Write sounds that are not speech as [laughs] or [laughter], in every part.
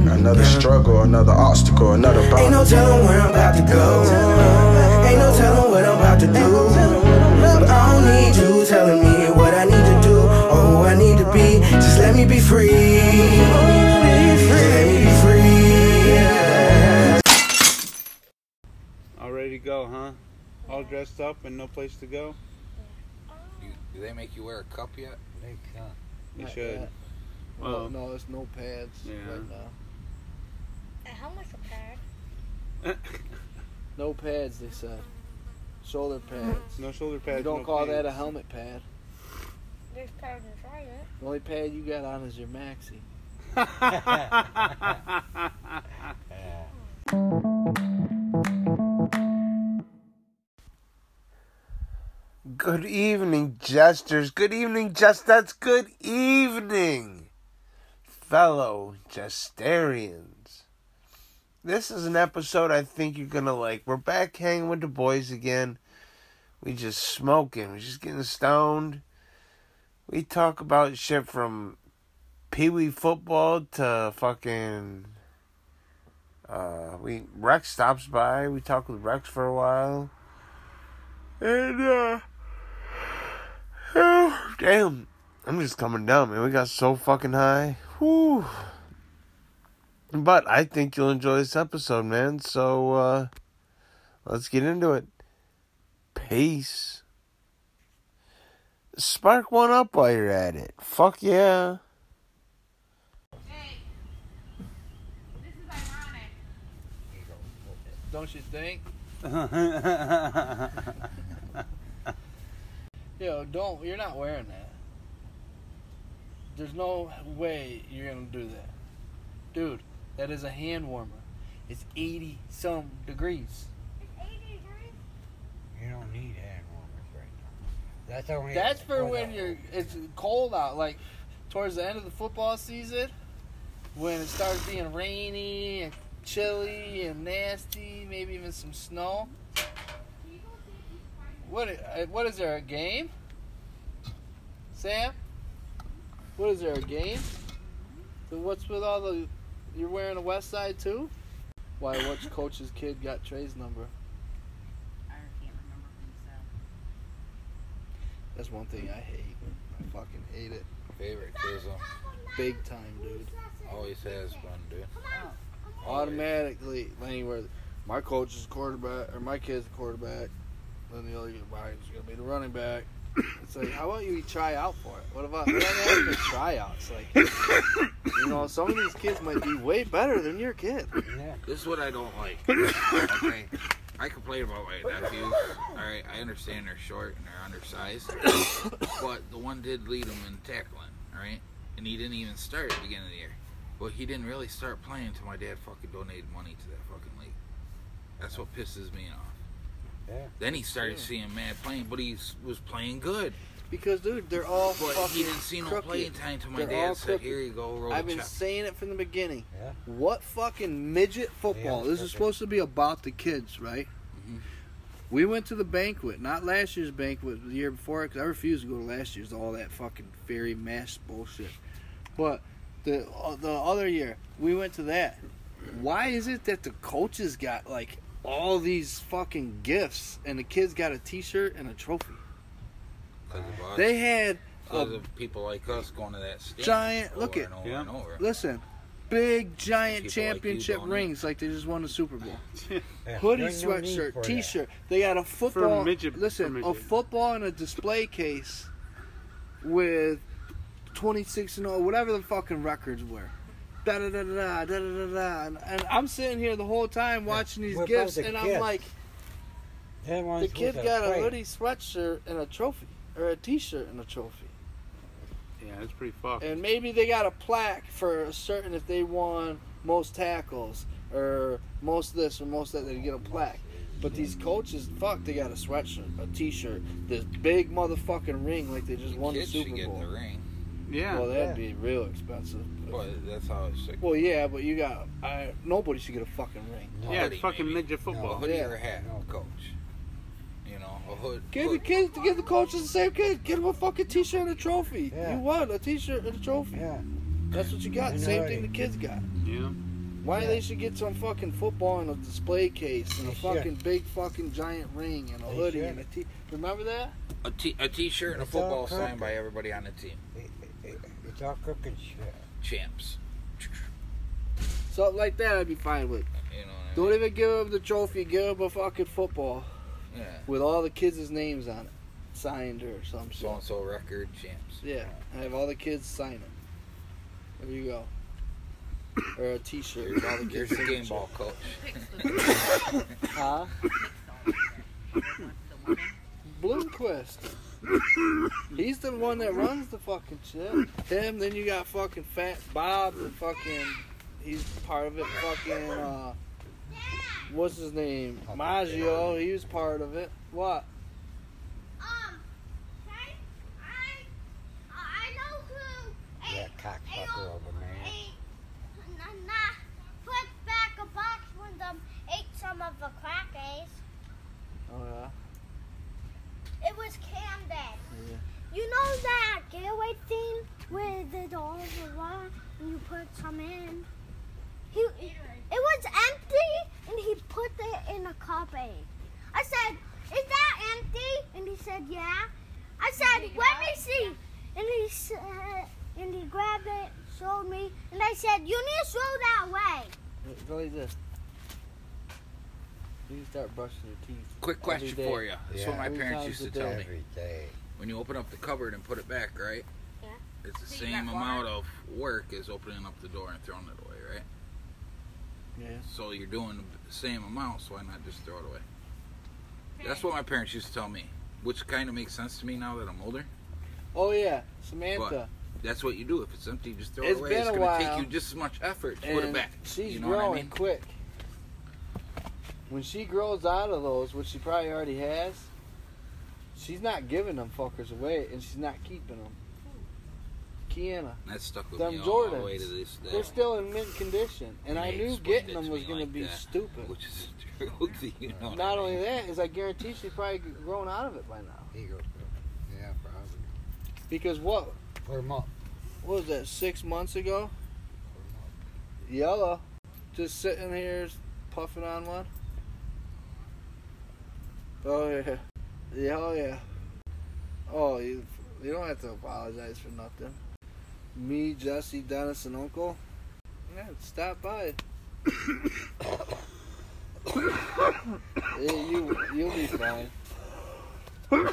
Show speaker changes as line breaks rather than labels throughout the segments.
Another struggle, another obstacle, another bump.
Ain't no telling where I'm about to go. Ain't no telling what I'm about to do. But I don't need you telling me what I need to do or who I need to be. Just let me be free. Just let me be free.
All ready to go, huh? All dressed up and no place to [laughs] go?
Do, do they make you wear a cup yet?
They can't.
You
Not
should.
yet.
Well,
no, no, it's no pads
Yeah.
right now.
Uh, How much a pad?
[laughs]
No pads, they said. Shoulder pads.
no shoulder
You
pads.
don't
no
call that a
pants.
helmet pad.
There's pads inside it.
The only pad you got on is your
[laughs]
maxi.
Good evening, jesters. Good evening, jestets. Good evening, fellow jesterians. This is an episode I think you're gonna like. We're back hanging with the boys again. We just smoking. We just getting stoned. We talk about shit from pee wee football to fucking. Uh, we Rex stops by. We talk with Rex for a while. And uh oh, damn. I'm just coming down, man. We got so fucking high. Whew. But I think you'll enjoy this episode, man. So uh let's get into it. Peace. Spark one up while you're at it. Fuck yeah.
Hey, this is ironic.
Don't you think? Yo, don't. You're not wearing that. There's no way you're gonna do that, dude. That is a hand warmer. It's 80 some degrees.
It's 80 degrees.
You don't need hand warmers right now. That's only.
That's for when you're it's cold out, like towards the end of the football season, when it starts being rainy and chilly and nasty, maybe even some snow. What i- uh, what is there a game? Sam, what is there a game? So what's with all the? You're wearing a West Side too? Why? Which coach's kid got Trey's number?
I can't remember who said.
That's one thing I hate. I fucking hate it,
favoritism.
uh, big time, dude.
Always has one, dude.
automatically anywhere. My coach is quarterback, or my kid's quarterback. Then the other guy is gonna be the running back. [coughs] It's like, how about you try out for it? What about what about having a tryout? It's like, you know, some of these kids might be way better than your kid.
This is what I don't
[coughs]
like. okay. I complain about my nephews. Alright, I understand they're short and
[coughs]
they're undersized. but the one did lead them in tackling, alright? And he didn't even start at the beginning of the year. But he didn't really start playing until my dad fucking donated money to that fucking league. That's what pisses me off.
Yeah.
Then he started seeing mad playing, but he s- was playing good.
Because, dude, they're all
But
fucking
he didn't see no
crooked.
playing time until my
They're all
dad said,
crooked.
"Here you go, roll
I've
the
been
check."
saying it from the beginning.
Yeah.
What fucking midget football? this is supposed to be about the kids, right?
Mm-hmm.
We went to the banquet, not last year's banquet, the year before, because I refused to go to last year's, all that fucking fairy mass bullshit. But the uh, the other year, we went to that. Why is it that the coaches got like all these fucking gifts and the kids got a T-shirt and a trophy?
'Cause of us.
They had
Because
a
of people like us going to that stand
Giant-
over
look at-
and over
Yeah.
and over.
Listen, big giant
People like you
championship
don't
rings like they just won the Super
[laughs]
Bowl. Hoodie, sweatshirt, T-shirt. They got a football.
midget- for
listen, a
midget.
football in a display case with 26 and all, whatever the fucking records were. Da da da da da da da da. And, and I'm sitting here the whole time watching these
What about
gifts,
the
and I'm
kids?
like,
They're ones
the
with
kid got a
plate.
hoodie, sweatshirt, and a trophy, or a T-shirt and a trophy.
yeah, that's pretty fucked.
And maybe they got a plaque for a certain if they won most tackles or most this or most that, they get a plaque. But these coaches, fuck, they got a sweatshirt, a T-shirt, this big motherfucking ring like they just
The
won the
kids should
Super
get
Bowl.
the ring,
yeah.
Well, that'd be real expensive.
but that's how it's like.
Well, yeah, but you got I, nobody should get a fucking ring.
yeah,
hoodie,
it's fucking
maybe.
midget
A
football.
hoodie
Yeah.
or a hat, coach. You know, a hood.
Give the
hood.
kids, give the coaches the same kid. Give them a fucking T-shirt and a trophy.
Yeah.
You won a T-shirt and a trophy.
Yeah.
That's what you got.
And a
Same
hoodie.
thing the kids got.
Yeah.
Why they should get some fucking football in a display case and a
They should.
fucking big fucking giant ring and a
They
hoodie
should.
and a t. Remember that?
A t- a t-shirt and a
It's all
football
covered.
signed by everybody on the team.
It- it- it- It's all cooking shit.
Champs.
Something like that, I'd be fine with.
You know what I
Don't
mean?
even give him the trophy. Give him a fucking football
Yeah.
with all the kids' names on it, signed or some shit.
So and so record champs.
Yeah, I have all the kids sign it. There you go. Or a T-shirt.
Here's,
With all the kids
here's your
signature.
game ball coach.
Picks the picks
[coughs] Huh?
the one- the woman.
Bloomquist. He's the one that runs the fucking shit. Him. Then you got fucking Fat Bob. The fucking. He's part of it. Fucking. uh What's his name? Maggio. He was part of it. What?
Um, okay? I, I know who.
Yeah, cocksucker of a man.
Nah, put back a box when them ate some of the crackers.
Oh yeah.
It was Camden. You know that getaway thing with the all the water and you put some in? He, it was empty and he put it in a cupboard. I said, Is that empty? And he said, Yeah. I said, Let me see. And he said, and he grabbed it, showed me, and I said, You need to throw that away.
Go like this. You can start brushing your teeth.
Quick question
day.
for you. That's
Yeah.
what my
Every
parents
time
used to
today.
tell me.
Every day.
When you open up the cupboard and put it back, right?
Yeah.
It's the
So you
same
got water?
amount of work as opening up the door and throwing it away, right?
Yeah.
So you're doing the same amount, so why not just throw it away? That's what my parents used to tell me, which kind of makes sense to me now that I'm older.
Oh yeah, Samantha.
That's what you do. If it's empty, just throw
It's
it away.
been
it's
a
gonna
while,
take you just as much effort to
and
put it back.
she's
you know
growing
what I mean?
quick. When she grows out of those, which she probably already has, she's not giving them fuckers away, and she's not keeping them. Kiana,
That stuck with
Them
me all the
Jordans,
way to this day.
they're still in mint condition, and I
They
knew
explained
getting
it
them
to
was
me
gonna
like
be
that,
stupid.
Which is [laughs] the truth, you know.
[laughs]
what I
Not only
mean?
that, is I guarantee she's probably grown out of it by now.
He goes, yeah, probably.
Because what?
Put him up.
What was that? Six months ago? Yellow, just sitting here puffing on one. Oh yeah, yeah, oh yeah. Oh, you, you don't have to apologize for nothing. Me, Jesse, Dennis, and Uncle. Yeah, stop
[coughs]
by. [coughs] yeah, you, you'll be fine. All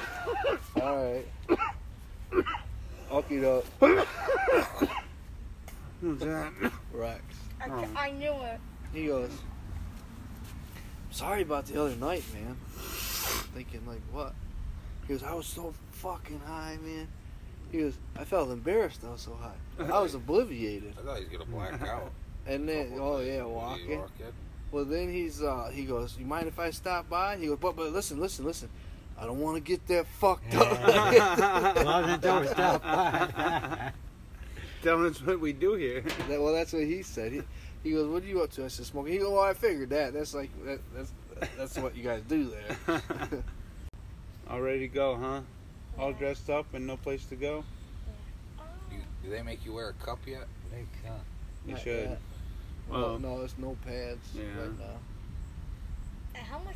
right. Okie doke. Rex.
I, I knew it.
He goes, Sorry about the other night, man. Thinking, like, what? He goes, I was so fucking high, man. He goes, I felt embarrassed I was so high. I was obliviated.
I thought he was gonna
[laughs]
black out.
And then, oh yeah, walking. Well, then he's uh, he goes, "You mind if I stop by?" He goes, "But but listen, listen, listen, I don't want to get that fucked up." [laughs]
Love the door stuff.
[laughs] Telling us what we do here.
That, well, that's what he said. He, he goes, "What are you up to?" I said, "Smoking." He goes, "Well, I figured that. That's like that, that's that's what you guys do there."
[laughs] [laughs] All ready to go, huh? All dressed up and no place to go?
You, do they make you wear a cup yet?
They come.
You
Not
should.
yet.
Well,
no, no, it's no pads
Yeah.
right now.
How much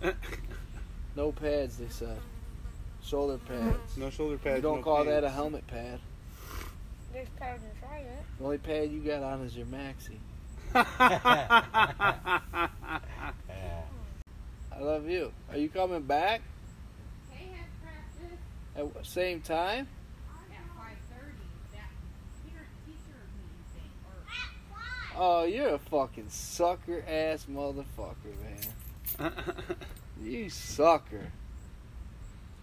a pad?
No pads, they said. Shoulder pads.
no shoulder pads.
You don't
no
call that a
pants.
helmet pad.
There's pad inside it.
The only pad you got on is your
[laughs]
maxi.
Yeah.
I love you. Are you coming back
They had practice
at the same time?
at 5:30. That peer teacher meeting thing, or
Oh, you're a fucking sucker ass motherfucker,
[laughs]
man. You sucker.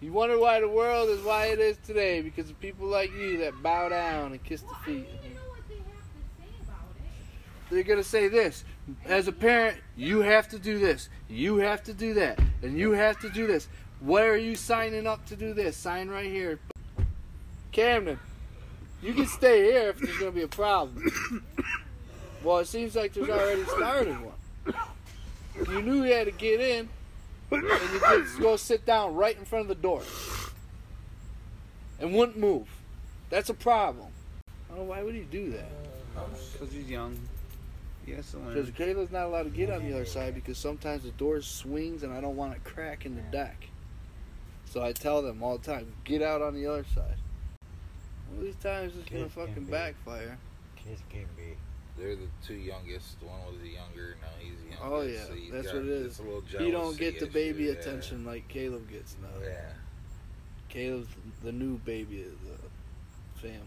You wonder why the world is why it is today because of people like you that bow down and kiss the
well, I
feet.
don't even know what they have to say about it.
They're going to say this. As a parent, you have to do this. You have to do that. And you have to do this. Where are you signing up to do this? Sign right here. Camden, you can stay here if there's going to be a problem. Well, it seems like there's already started one. You knew you had to get in, and you just go sit down right in front of the door and wouldn't move. That's a problem. I don't know why would he do that?
Because he's young. Yes,
Because
Atlanta.
Kayla's not allowed to get on the other side because sometimes the door swings and I don't want it cracking the deck. So I tell them all the time, get out on the other side. One of these times it's gonna
Kids can
fucking
be.
backfire.
Kids can be.
They're the two youngest. One was the younger. Now he's the youngest.
Oh, yeah,
so he's
that's
got
what it is.
this little
He don't
jealousy
get the
issue,
baby
yeah.
attention like Caleb gets now.
Yeah.
Caleb's the new baby of the family.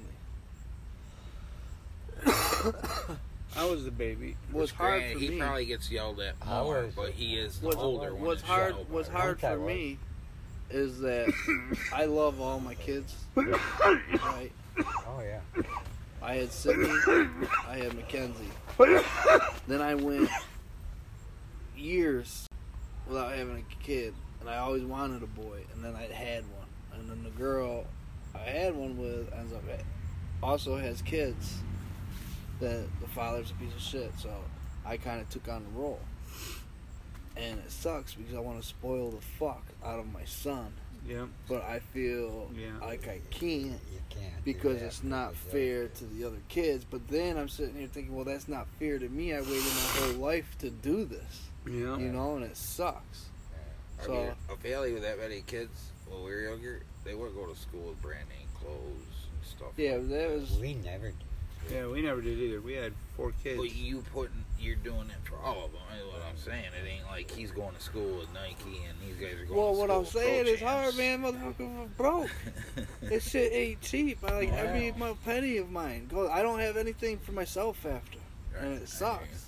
[coughs]
I was the baby.
What's hard
Granted,
for
he
me.
probably gets yelled at
I
more,
was-
but he is the
what's,
older one.
what's
to
hard
show
what's
by.
hard
Okay,
for
well.
me is that [coughs] I love all my kids. Right?
Oh yeah.
I had Sydney, I had Mackenzie. Then I went years without having a kid, and I always wanted a boy, and then I had one, and then the girl I had one with ends up also has kids. That the father's a piece of shit, so I kind of took on the role, and it sucks because I want to spoil the fuck out of my son,
Yeah.
but I feel
Yeah.
like I can't
You can't. do
because
that
it's not
because, uh,
fair to the other kids. But then I'm sitting here thinking, well, that's not fair to me. I waited my whole life to do this,
Yeah.
you know, and it sucks.
I
So-
mean, a family with that many kids when we were younger, they would go to school with brand name clothes and stuff.
Yeah,
like
but that was
We never. did.
Yeah, we never did either. We had four kids.
Well, you putting, you're doing it for all of them. Is what I'm saying. It ain't like he's going to school with Nike and these guys are going.
well.
to
What
school
I'm
with
saying
Pro
is hard,
Champs.
man. Motherfucker, we're
[laughs]
broke. this shit ain't cheap. I like every mo- penny of mine. Go. I don't have anything for myself after, and it sucks.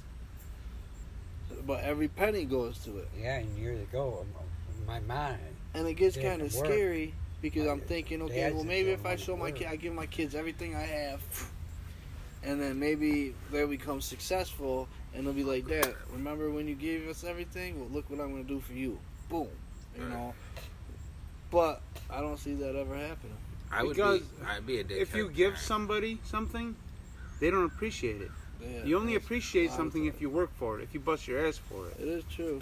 But every penny goes to it,
Yeah, and years ago, my mind.
and it gets
They
kind
have
of
to work.
scary because
Like,
I'm thinking,
they
okay,
had
well
to
maybe
do
if I
like
show my
work.
kid, I give my kids everything I have, and then maybe they become successful, and they'll be like, Dad, remember when you gave us everything? Well, look what I'm gonna do for you. Boom, you
Right.
know. But I don't see that ever happening.
I would
Because
be. I'd be a dickhead.
if you give
parent.
somebody something, they don't appreciate it.
Yeah,
You only
that's-
appreciate
I'm
something
sorry.
if you work for it. If you bust your ass for it.
It is true.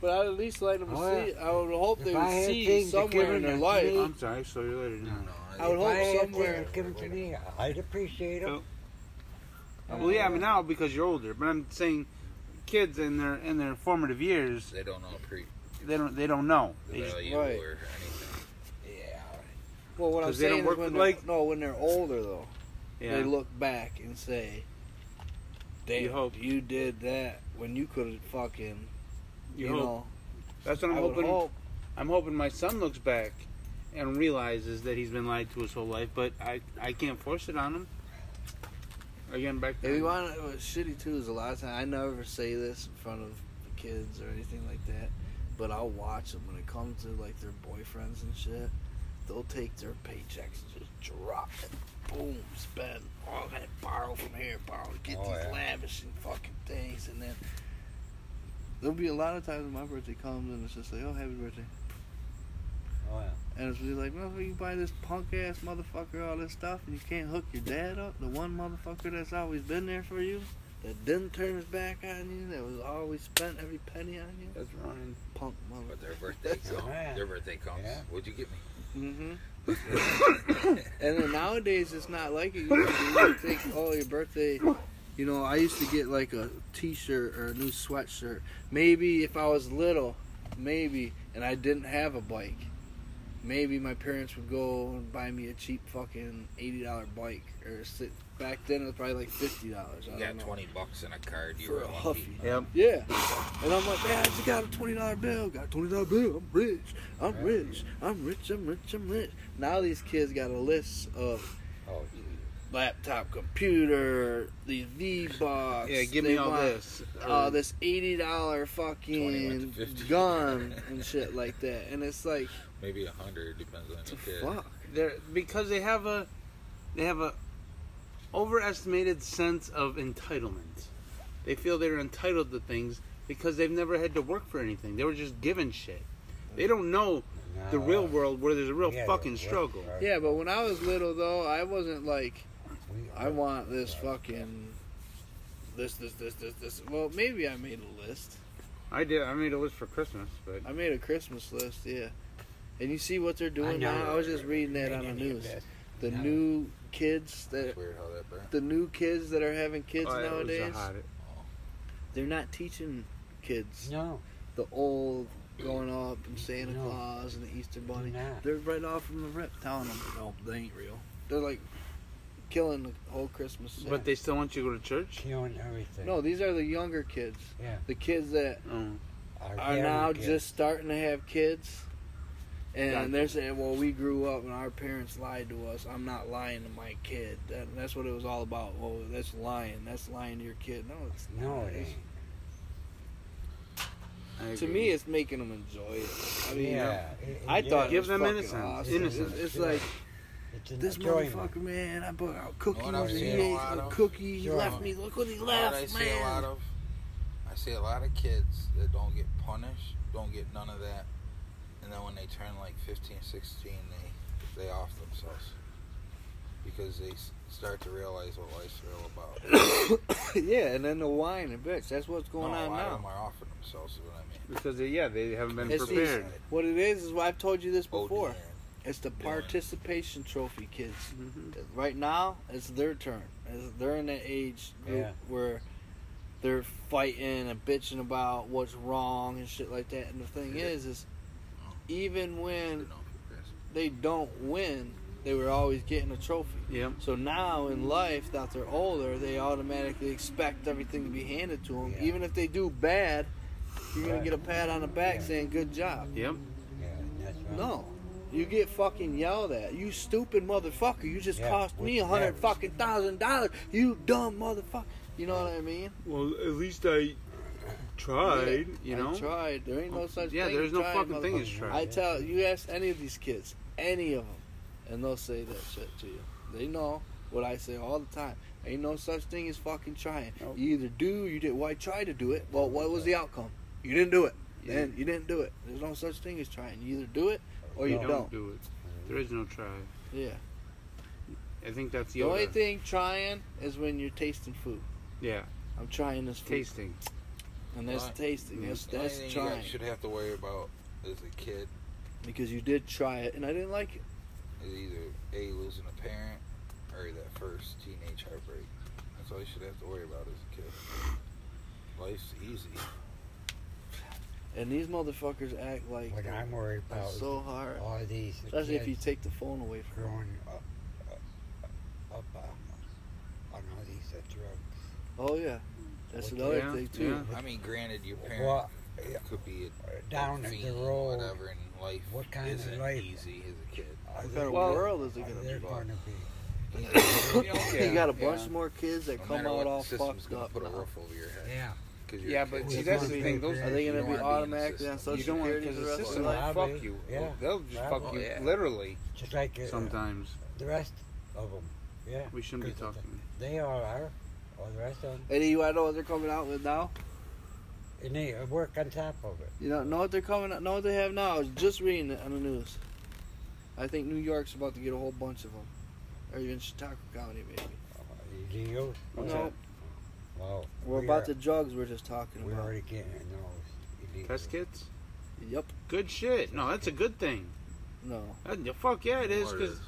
But I'd at least like them to
Oh,
see. I would hope
If
they
I
would
had
see
things to give
somewhere in
them
their
to
life.
me-
I'm sorry. So you later.
No,
No.
no,
I would
if
hope
I had
somewhere-
things given to me, I'd appreciate them.
Well, yeah, I mean now because you're older, but I'm saying kids in their in their formative years,
they don't know pre-
they don't they don't know.
the
They just-
value
Right.
or anything.
Yeah.
Well, what I'm
'Cause they don't
saying is
work
when
with
they're,
like-
no, when they're older though.
yeah.
they look back and say, "Damn, you,
You hope.
did that when you could have fucking,
you
you,
hope.
know."
That's what I'm
I would
hoping.
hope.
I'm hoping my son looks back and realizes that he's been lied to his whole life, but I, I can't force it on him. Again, back
If
then.
you want, what's shitty too is a lot of time I never say this in front of the kids or anything like that, but I'll watch them when it comes to like their boyfriends and shit. They'll take their paychecks and just drop it, boom, spend. Oh, I gotta borrow from here, borrow, get
Oh,
these
yeah.
lavish and fucking things, and then there'll be a lot of times when my birthday comes and it's just like, "Oh, happy birthday."
Oh yeah.
And it's really like, motherfucker, you buy this punk ass motherfucker all this stuff and you can't hook your dad up, the one motherfucker that's always been there for you, that didn't turn his back on you, that was always spent every penny on you.
That's running.
Punk motherfucker.
But
[laughs]
their birthday comes.
Yeah.
Their birthday comes.
Yeah.
What'd you get me?
hmm and then nowadays it's not like it used to be. You think, oh, your birthday. You know, I used to get like a T-shirt or a new sweatshirt. Maybe if I was little, maybe, and I didn't have a bike, maybe my parents would go and buy me a cheap fucking eighty-dollar bike or sit. Back then it was probably like fifty dollars.
You got twenty bucks in a card. You
For
were
a
lucky.
Huffy.
Yep.
Yeah. And I'm like, man, I just got a twenty dollar bill. Got a twenty dollar bill. I'm rich. I'm rich. I'm rich. I'm rich. I'm rich. Now these kids got a list of
Oh,
laptop computer, these V Bucks.
Yeah, give me all this.
Uh, this eighty dollar
20 went
fucking
to 50.
gun and shit like that. And it's like,
Maybe a hundred depends on
what the
the kid.
fuck?
They're, because they have a they have a overestimated sense of entitlement. They feel they're entitled to things because they've never had to work for anything. They were just given shit. They don't know the
no.
real world where there's a real
Yeah,
fucking
yeah.
struggle.
Yeah, but when I was little though, I wasn't like
We-
I want this fucking this this this this this. Well, maybe I made a list.
I did. I made a list for Christmas, but
I made a Christmas list, yeah. And you see what they're
I
doing
know.
now? I was just reading that on the
Any of
news.
this.
The
No.
new kids that
It's weird how that. Burnt.
the new kids that are having kids
Oh, it was a
nowadays
hot-
Oh,
they're not teaching kids
No.
the old going up and Santa
No.
Claus and the Easter Bunny.
They're not.
They're right off from the rip telling them, no, they ain't real. They're like killing the whole Christmas.
But they still want you to go to church?
Killing everything.
no, these are the younger kids.
Yeah.
The kids that
Oh.
are
very
now
good.
just starting to have kids. And
Gotcha.
they're saying, well, we grew up and our parents lied to us. I'm not lying to my kid. That, that's what it was all about. Well, that's lying. That's lying to your kid. No, it's
No,
not.
it ain't.
It's-
I
To
agree.
me, it's making them enjoy it. I mean,
yeah. it-
I
it-
thought
Give
it was
them
fucking
innocence.
awesome.
Innocence.
It's, it's
Yeah.
like
It's an
this
enjoyment.
motherfucker, man. I bought out cookies.
What I've
and he
seen a
ate
lot
a
of-
cookie. He
Sure.
left me. Look what he
What I
left,
see a lot
man.
of, I see a lot of kids that don't get punished, don't get none of that, and then when they turn like 15, 16, they they off themselves because they s- start to realize what life's real
[coughs]
about.
[laughs] yeah, and then the wine and bitch. That's what's going
no, a
on
lot
now.
of them are offering themselves. Is what I mean.
Because, they, yeah, they haven't been
It's these-
prepared.
what it is is why I've told you this before.
Oh, dear.
It's the participation trophy, kids.
Mhm.
Right now, it's their turn. It's- They're in that age group
Yeah.
where they're fighting and bitching about what's wrong and shit like that. And the thing is, is even when they don't win, they were always getting a trophy.
Yep.
So now in life that they're older, they automatically expect everything to be handed to them.
Yeah.
Even if they do bad, you're gonna
Right.
get a pat on the back saying "good job."
Yep.
Yeah, that's right.
No. You get fucking yelled at. You stupid motherfucker. You just
Yeah,
cost me a
with
hundred
that-
fucking thousand dollars. You dumb motherfucker. You know what I mean?
Well, at least I tried, you know?
I tried. There ain't no such
Yeah,
thing.
there's
as
no
trying,
fucking thing as
motherfucker.
trying.
I tell you, ask any of these kids, any of them, and they'll say that shit to you. They know what I say all the time. Ain't no such thing as fucking trying. You either do, or you did. Why try to do it? Well, what was the outcome? You didn't do it.
Yeah.
Then you didn't do it. There's no such thing as trying. You either do it or you
don't,
don't.
do it. There is no try.
Yeah.
I think that's
The only
Yoda.
thing trying is when you're tasting food.
Yeah,
I'm trying this food,
tasting.
and that's
Right.
tasting. That's
The only
that's
thing you guys
trying
should have to worry about as a kid
because you did try it, and I didn't like it.
is either a losing a parent or that first teenage heartbreak. That's all you should have to worry about as a kid. Life's easy.
And these motherfuckers act like
What I'm worried about
that's
is
so hard,
all these
especially if you
kids
take the phone away from. Them.
growing up, up, up on, on all these uh, drugs.
Oh yeah, that's
Well,
another
yeah,
thing too.
I mean, granted, your parent
Well,
could be a
down at
fiend,
the road,
whatever, and life
what kind of
isn't
life?
easy as a kid.
are
What
they
kind of
gonna-
world is it
are
gonna
they
be?
gonna be?
you got a bunch
yeah.
more kids that
No
come
matter
out
what,
all
the system's
fucked
gonna
up.
put a
now.
roof over your head.
Yeah.
'cause you're
Yeah,
a kid.
but see,
It's
that's
one
the
big
thing. Those
thing.
Are they
You
gonna
don't
be
wanna be in the
automatically on
system.
Social
you don't want
Security
because
for
the
rest
system
of
life.
life?
will fuck you.
Yeah.
They'll just fuck
Oh,
you
yeah.
literally
Just like uh,
sometimes.
the rest of them. Yeah.
We shouldn't be
'Cause
talking.
They all are. All the rest of them.
And you wanna know what they're coming out with now?
And they work on top of it.
You don't know what they're coming out. Know what they have now? I was just reading it on the news. I think New York's about to get a whole bunch of them, or even Chautauqua County maybe.
Do Uh, you?
What's
No.
that?
Wow.
We're
we
about
are-
the drugs we're just talking
We're
about.
already getting those. illegal.
Test kits?
Yep.
Good shit. No, that's a good thing.
No.
That, the fuck yeah, it is
Or
because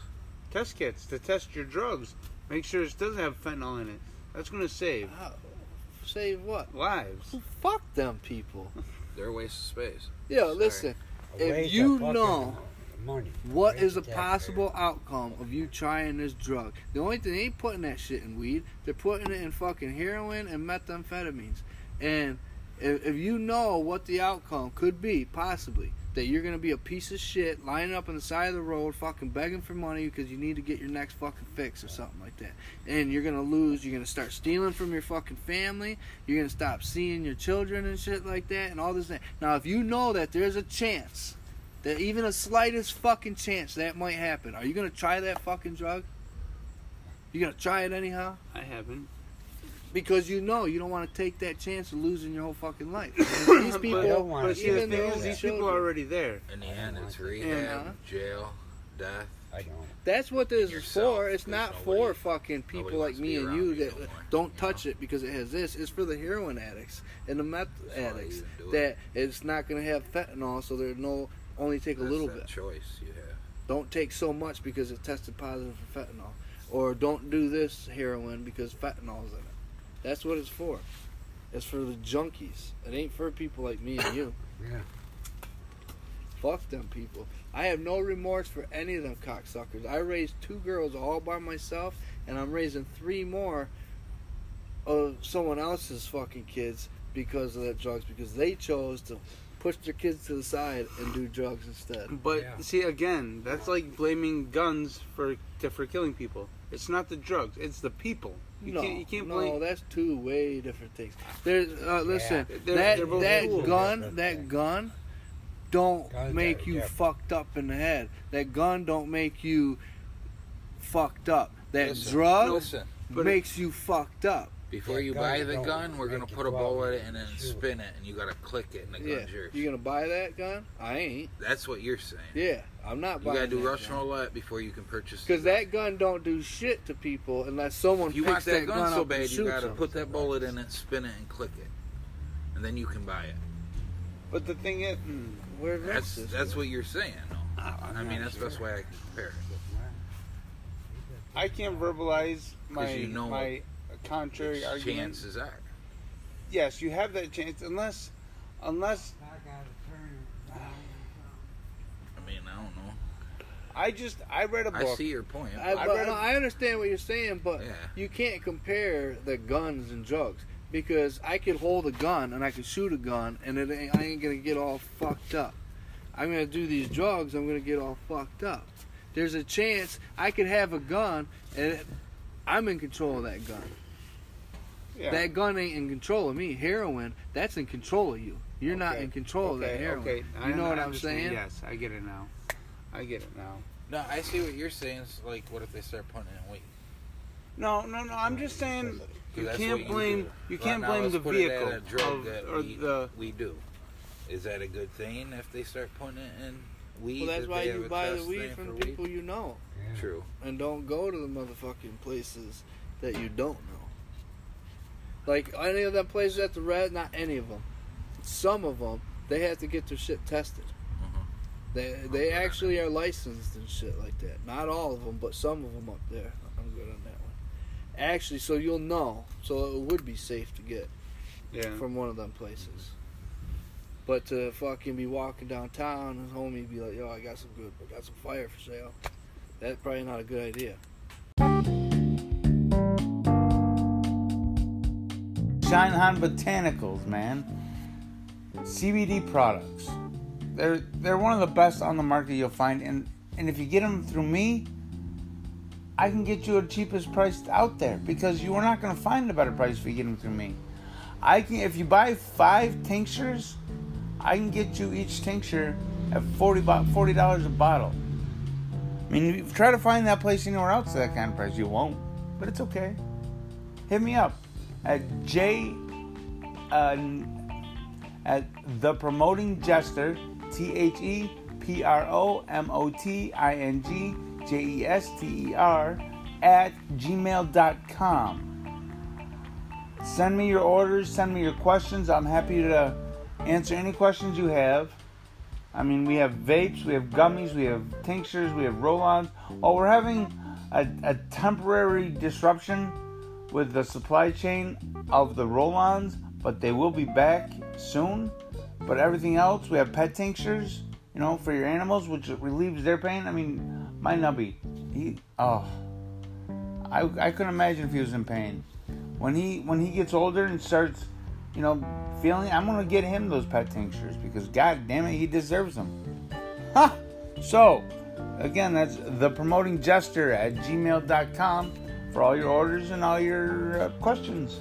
test kits to test your drugs. Make sure it doesn't have fentanyl in it. That's gonna save
How- Save what?
lives.
Fuck Ah. them people.
[laughs]
They're a waste of space.
Yeah,
Sorry.
listen.
A
If
waste of
you
fucking
know
money.
what
Waste
is a
of
possible outcome of you trying this drug, the only thing they ain't putting that shit in weed. They're putting it in fucking heroin and methamphetamines. And if, if you know what the outcome could be, possibly that you're gonna be a piece of shit lining up on the side of the road, fucking begging for money because you need to get your next fucking fix or something like that. And you're gonna lose. You're gonna start stealing from your fucking family. You're gonna stop seeing your children and shit like that and all this. Thing. Now, if you know that there's a chance that even a slightest fucking chance that might happen. Are you gonna try that fucking drug? You gonna try it anyhow?
I haven't.
Because you know you don't want to take that chance of losing your whole fucking life. These
I don't
people,
want
But see, the
even
thing
though
is, these people
children-
are already there.
In the end, it's rehab,
Yeah.
jail, death.
I don't.
that's what this is
Yourself,
for. It's
there's
not for
nobody-
fucking people
nobody
like
wants to
me
be
and
around
you
you
that
no more,
don't
you
touch
know?
it because it has this. It's for the heroin addicts and the meth
why
addicts
you do it.
that it's not gonna have fentanyl, so they're no only take a
That's
little
that
bit.
choice you have.
don't take so much because it tested positive for fentanyl, or don't do this heroin because fentanol's in it. That's what it's for. It's for the junkies. It ain't for people like me and
[laughs]
you.
Yeah.
Fuck them people. I have no remorse for any of them cocksuckers. I raised two girls all by myself, and I'm raising three more of someone else's fucking kids because of that drugs because they chose to push their kids to the side and do drugs instead.
But
Yeah.
see, again, that's like blaming guns for to- for killing people. It's not the drugs; it's the people. You
no,
can't, you can't
no,
blame.
that's two way different things. There's uh, listen,
They're-
that
they're both
that
cool.
gun,
Different
that
things.
gun, don't
Guns are
make you
different.
fucked up in the head. That gun don't make you fucked up. That
Listen,
drugs
Listen,
but it-
makes you fucked up.
before
That
you
gun
buy the
don't
gun, we're
make
gonna
you
put a
well
bullet in it
enough
and
to shoot.
spin it, and you gotta click it, and the
Yeah,
gun's yours.
you gonna buy that gun? I ain't.
That's what you're saying.
Yeah, I'm not
You
buying.
gotta do
that
Russian roulette before you can purchase. the
Because
gun.
that gun don't do shit to people unless someone
If you
picks
want that, gun so
up and
bad, you
shoots
gotta
them.
put that bullet in it, spin it, and click it, and then you can buy it.
But the thing is, mm,
hmm, Where
That's
Rex's
that's what you're saying. Though. I mean, that's the best way I can compare. it.
I can't verbalize my
'Cause you know
my contrary
Which
argument.
Chances are,
Yes, you have that chance, unless unless
I gotta turn
I mean, I don't know.
I just I read a book.
I see your point.
I,
I
but,
read
no,
a-
I understand what you're saying, but
Yeah.
you can't compare the guns and drugs because I could hold a gun and I could shoot a gun, and it ain't, I ain't gonna get all fucked up. I'm gonna do these drugs. I'm gonna get all fucked up. There's a chance I could have a gun, and I'm in control of that gun.
yeah.
That gun ain't in control of me. Heroin, that's in control of you. You're not
Okay.
in control of that
okay,
heroin.
okay. I
You know what I'm
understand.
saying?
Yes, I get it now. I get it now.
no, I see what you're saying. It's like, what if they start putting it in weight?
No, no, no. I'm just saying you can't blame you can't blame the vehicle of, or
we,
the
we do. Is that a good thing if they start putting it in weed?
Well, that's
if
why
they have
you
a
buy the
test
weed
stand for
from
weed?
people you know.
True.
and don't go to the motherfucking places that you don't know. Like any of them places at the red, not any of them. Some of them, they have to get their shit tested.
Mhm.
They they actually are licensed and shit like that. Not all of them, but some of them up there. I'm good on that one. Actually, so you'll know. So it would be safe to get
yeah.
from one of them places. But to fucking be walking downtown and homie be like, yo, I got some good, I got some fire for sale. That's probably not a good idea.
Shinehan Botanicals, man. CBD products. They're they're one of the best on the market you'll find, and and if you get them through me, I can get you a cheapest price out there because you are not going to find a better price if you get them through me. I can if you buy five tinctures, I can get you each tincture at forty bo- forty dollars a bottle. I mean, you try to find that place anywhere else at that kind of price, you won't. But it's okay hit me up at j uh, at the promoting jester t h e p r o m o t i n g j e s t e r at gmail.com send me your orders send me your questions i'm happy to answer any questions you have I mean, we have vapes, we have gummies, we have tinctures, we have roll-ons. Oh, we're having a, a temporary disruption with the supply chain of the roll-ons, but they will be back soon. But everything else, we have pet tinctures, you know, for your animals, which relieves their pain. I mean, my nubby, he, oh, I, I couldn't imagine if he was in pain. When he when he gets older and starts, you know, feeling, I'm gonna get him those pet tinctures because God damn it, he deserves them. Ha! So, again, that's the promoting jester at gmail.com for all your orders and all your uh, questions.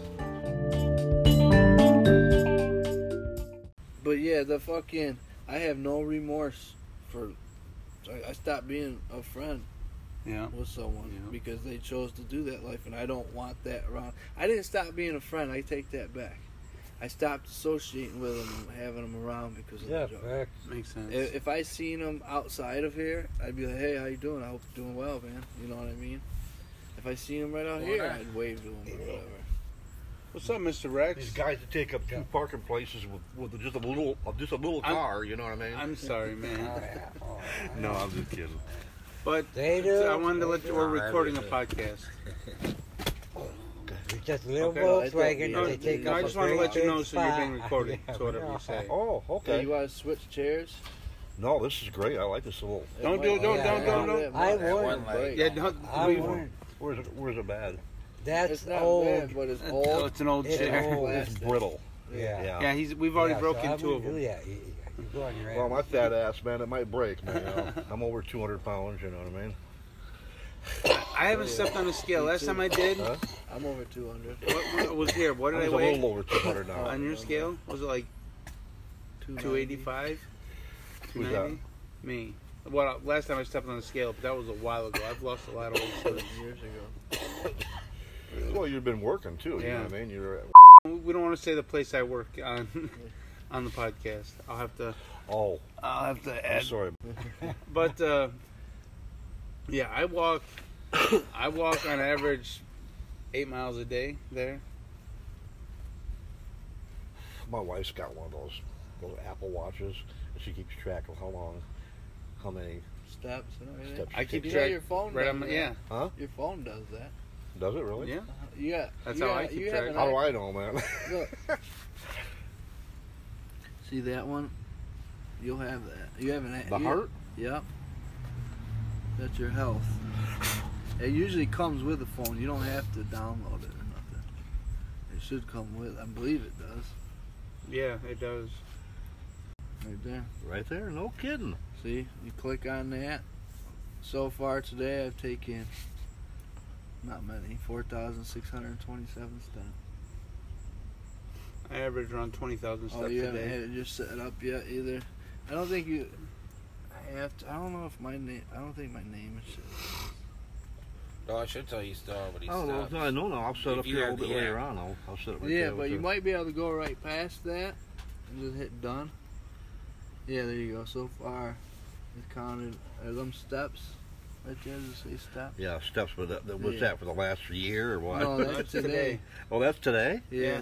But yeah, the fucking I have no remorse for. I, I stopped being a friend
Yeah.
with someone
Yeah.
because they chose to do that life, and I don't want that around. I didn't stop being a friend. I take that back. I stopped associating with them, and having them around because of
Yeah,
the drug.
back.
Makes sense.
If, if I seen them outside of here, I'd be like, "Hey, how you doing? I hope you're doing well, man." You know what I mean? If I seen them right out
Why
here,
not?
I'd wave to them or whatever.
What's up, Mr. Rex?
These guys that take up two parking places with, with just a little, uh, just a little
I'm-
car. You know what I mean?
I'm
[laughs] Oh,
sorry, man.
no, I'm just kidding.
But
They do.
I wanted to let you, we're recording a podcast.
You just little
Okay.
Volkswagen.
No,
they take
no,
up
I
a
just wanted to
let you
great
know
big
so you're being
spot.
recorded,
[laughs] Yeah,
so whatever you
yeah.
say.
Oh,
Okay,
okay.
you want to switch chairs?
No, this is great. I like this a little.
It
Don't
might
do-
be
don't-
a
don't-
little
don't-
bit
I
more. One
wouldn't.
leg.
Yeah, don't,
I
we-
warned.
Where's it? Where's it bad?
That's
It's not
old.
bad, but it's
Oh,
old.
it's an old
It's
chair.
old.
It's brittle.
Yeah.
Yeah.
Yeah, he's. We've already
Yeah,
broken
so I
two of
wouldn't
them.
do that. You, you- you go on your
Well,
own.
my
[laughs]
fat ass, man, it might break, man. you know. I'm over 200 pounds. You know what I mean?
I haven't stepped on a scale. Last time I did,
Huh?
what,
I'm over 200.
what was here? What
I
did I
was a little
weigh
over 200 now.
on your scale? Was it like 285,
Who's that?
290? Me. Well, last time I stepped on a scale, but that was a while ago. I've lost a lot of weight.
years ago.
Well, you've been working too. You know
Yeah.
what I mean? You're at,
since. [coughs] We don't want to say the place I work on, [laughs] on the podcast. I'll have to.
oh,
I'll have to
I'm
add
sorry.
[laughs] But uh, yeah, I walk. I walk on average eight miles a day there.
My wife's got one of those those Apple watches, and she keeps track of how long, how many
Steps and everything.
steps.
I
she
keep
takes.
You know
track.
your phone
Right
does
on my,
that.
yeah,
Your phone does that.
Does it really?
yeah.
Yeah.
That's
you
how I
got-
keep
you have
track.
an
Oh, How do I know,
Uh,
man? [laughs]
Look. [laughs] See that one? You'll have that. You haven't.
The
you,
heart?
Yep. That's your health. It usually comes with the phone. You don't have to download it or nothing. It should come with. I believe it does.
Yeah, it does.
Right there.
Right there. No kidding.
See? You click on that. So far today, I've taken not many. Four thousand six hundred twenty-seven steps.
I average around twenty thousand steps
Oh, you
a
haven't
day.
had it just set up yet either. I don't think you. I have to. I don't know if my name. I don't think my name is. Shit.
No, Oh, I should tell you still, but he
Oh, well,
stopped.
no, I know now. I'll set
If
up
you
here a
have
little
the
bit later
app.
on. I'll, I'll set it right
yeah,
there
but
with
you
the-
might be able to go right past that and just hit done. Yeah, there you go. So far, it counted. Are them steps? Right there, does it say step? [laughs]
Yeah, steps. But that, that, what's
Yeah.
that for the last year or what?
No,
That's
[laughs]
that's
today.
today.
oh, that's today.
Yeah.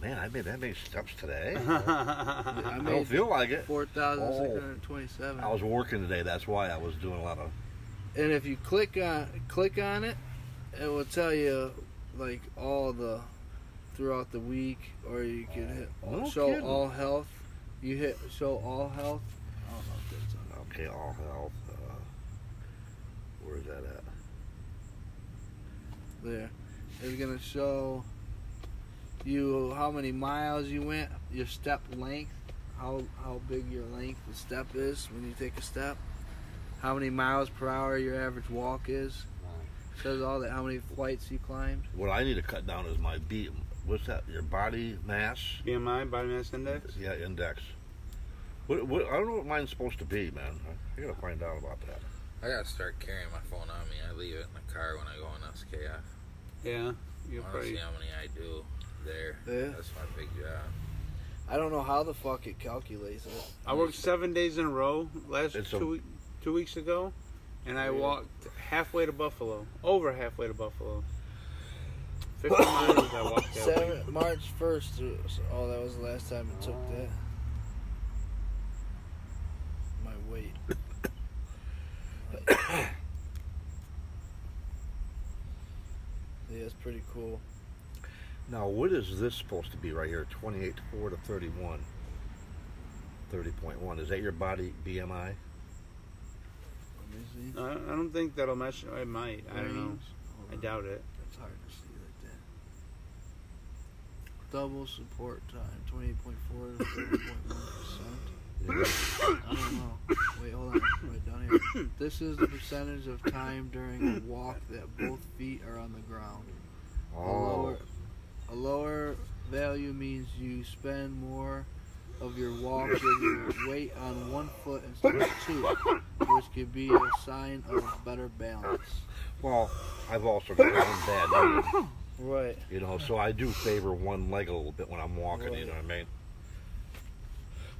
Man, I made that many steps today.
I
I don't
made
feel like it.
4,627.
I was working today. That's why I was doing a lot of.
and if you click on click on it, it will tell you like all the throughout the week, or you can hit
No
show
kidding.
all health. You hit show all health. I don't know if that's on
Okay, all health. Uh, where is that at?
there. It's gonna show you how many miles you went, your step length, how how big your length the step is when you take a step, how many miles per hour your average walk is. Says all that. How many flights you climbed.
What I need to cut down is my B. What's that? Your body mass?
BMI, body mass index.
Yeah, index. What, what, I don't know what mine's supposed to be, man. I gotta find out about that.
I gotta start carrying my phone on me. I leave it in the car when I go on SKF.
Yeah, you're
I wanna see
probably.
how many I do there.
Yeah.
That's my big job.
I don't know how the fuck it calculates it.
I worked seven days in a row last
It's a-
two week- two weeks ago, and I walked halfway to Buffalo, over halfway to Buffalo. Fifty miles I walked that way.
Seven, March first. Oh, that was the last time it took that. My weight. [coughs] yeah, it's pretty cool.
Now, what is this supposed to be right here? 28, 4 to 31. 30.1. Is that your body BMI?
Let me see.
I I don't think that'll mesh. It might. I don't know.
Range. Hold
I
on.
doubt it.
That's hard to see like that. Double support time, twenty-eight point four [coughs] to thirty point one percent. I don't know. Wait, hold on. Right down here. This is the percentage of time during a walk that both feet are on the ground.
Oh,
A lower, a lower value means you spend more of your walk with your weight on one foot instead of two, which could be a sign of better balance.
well, I've also got one bad
[coughs]
knee. [coughs]
Right.
You know, [laughs] so I do favor one leg a little bit when I'm walking, you know what I mean?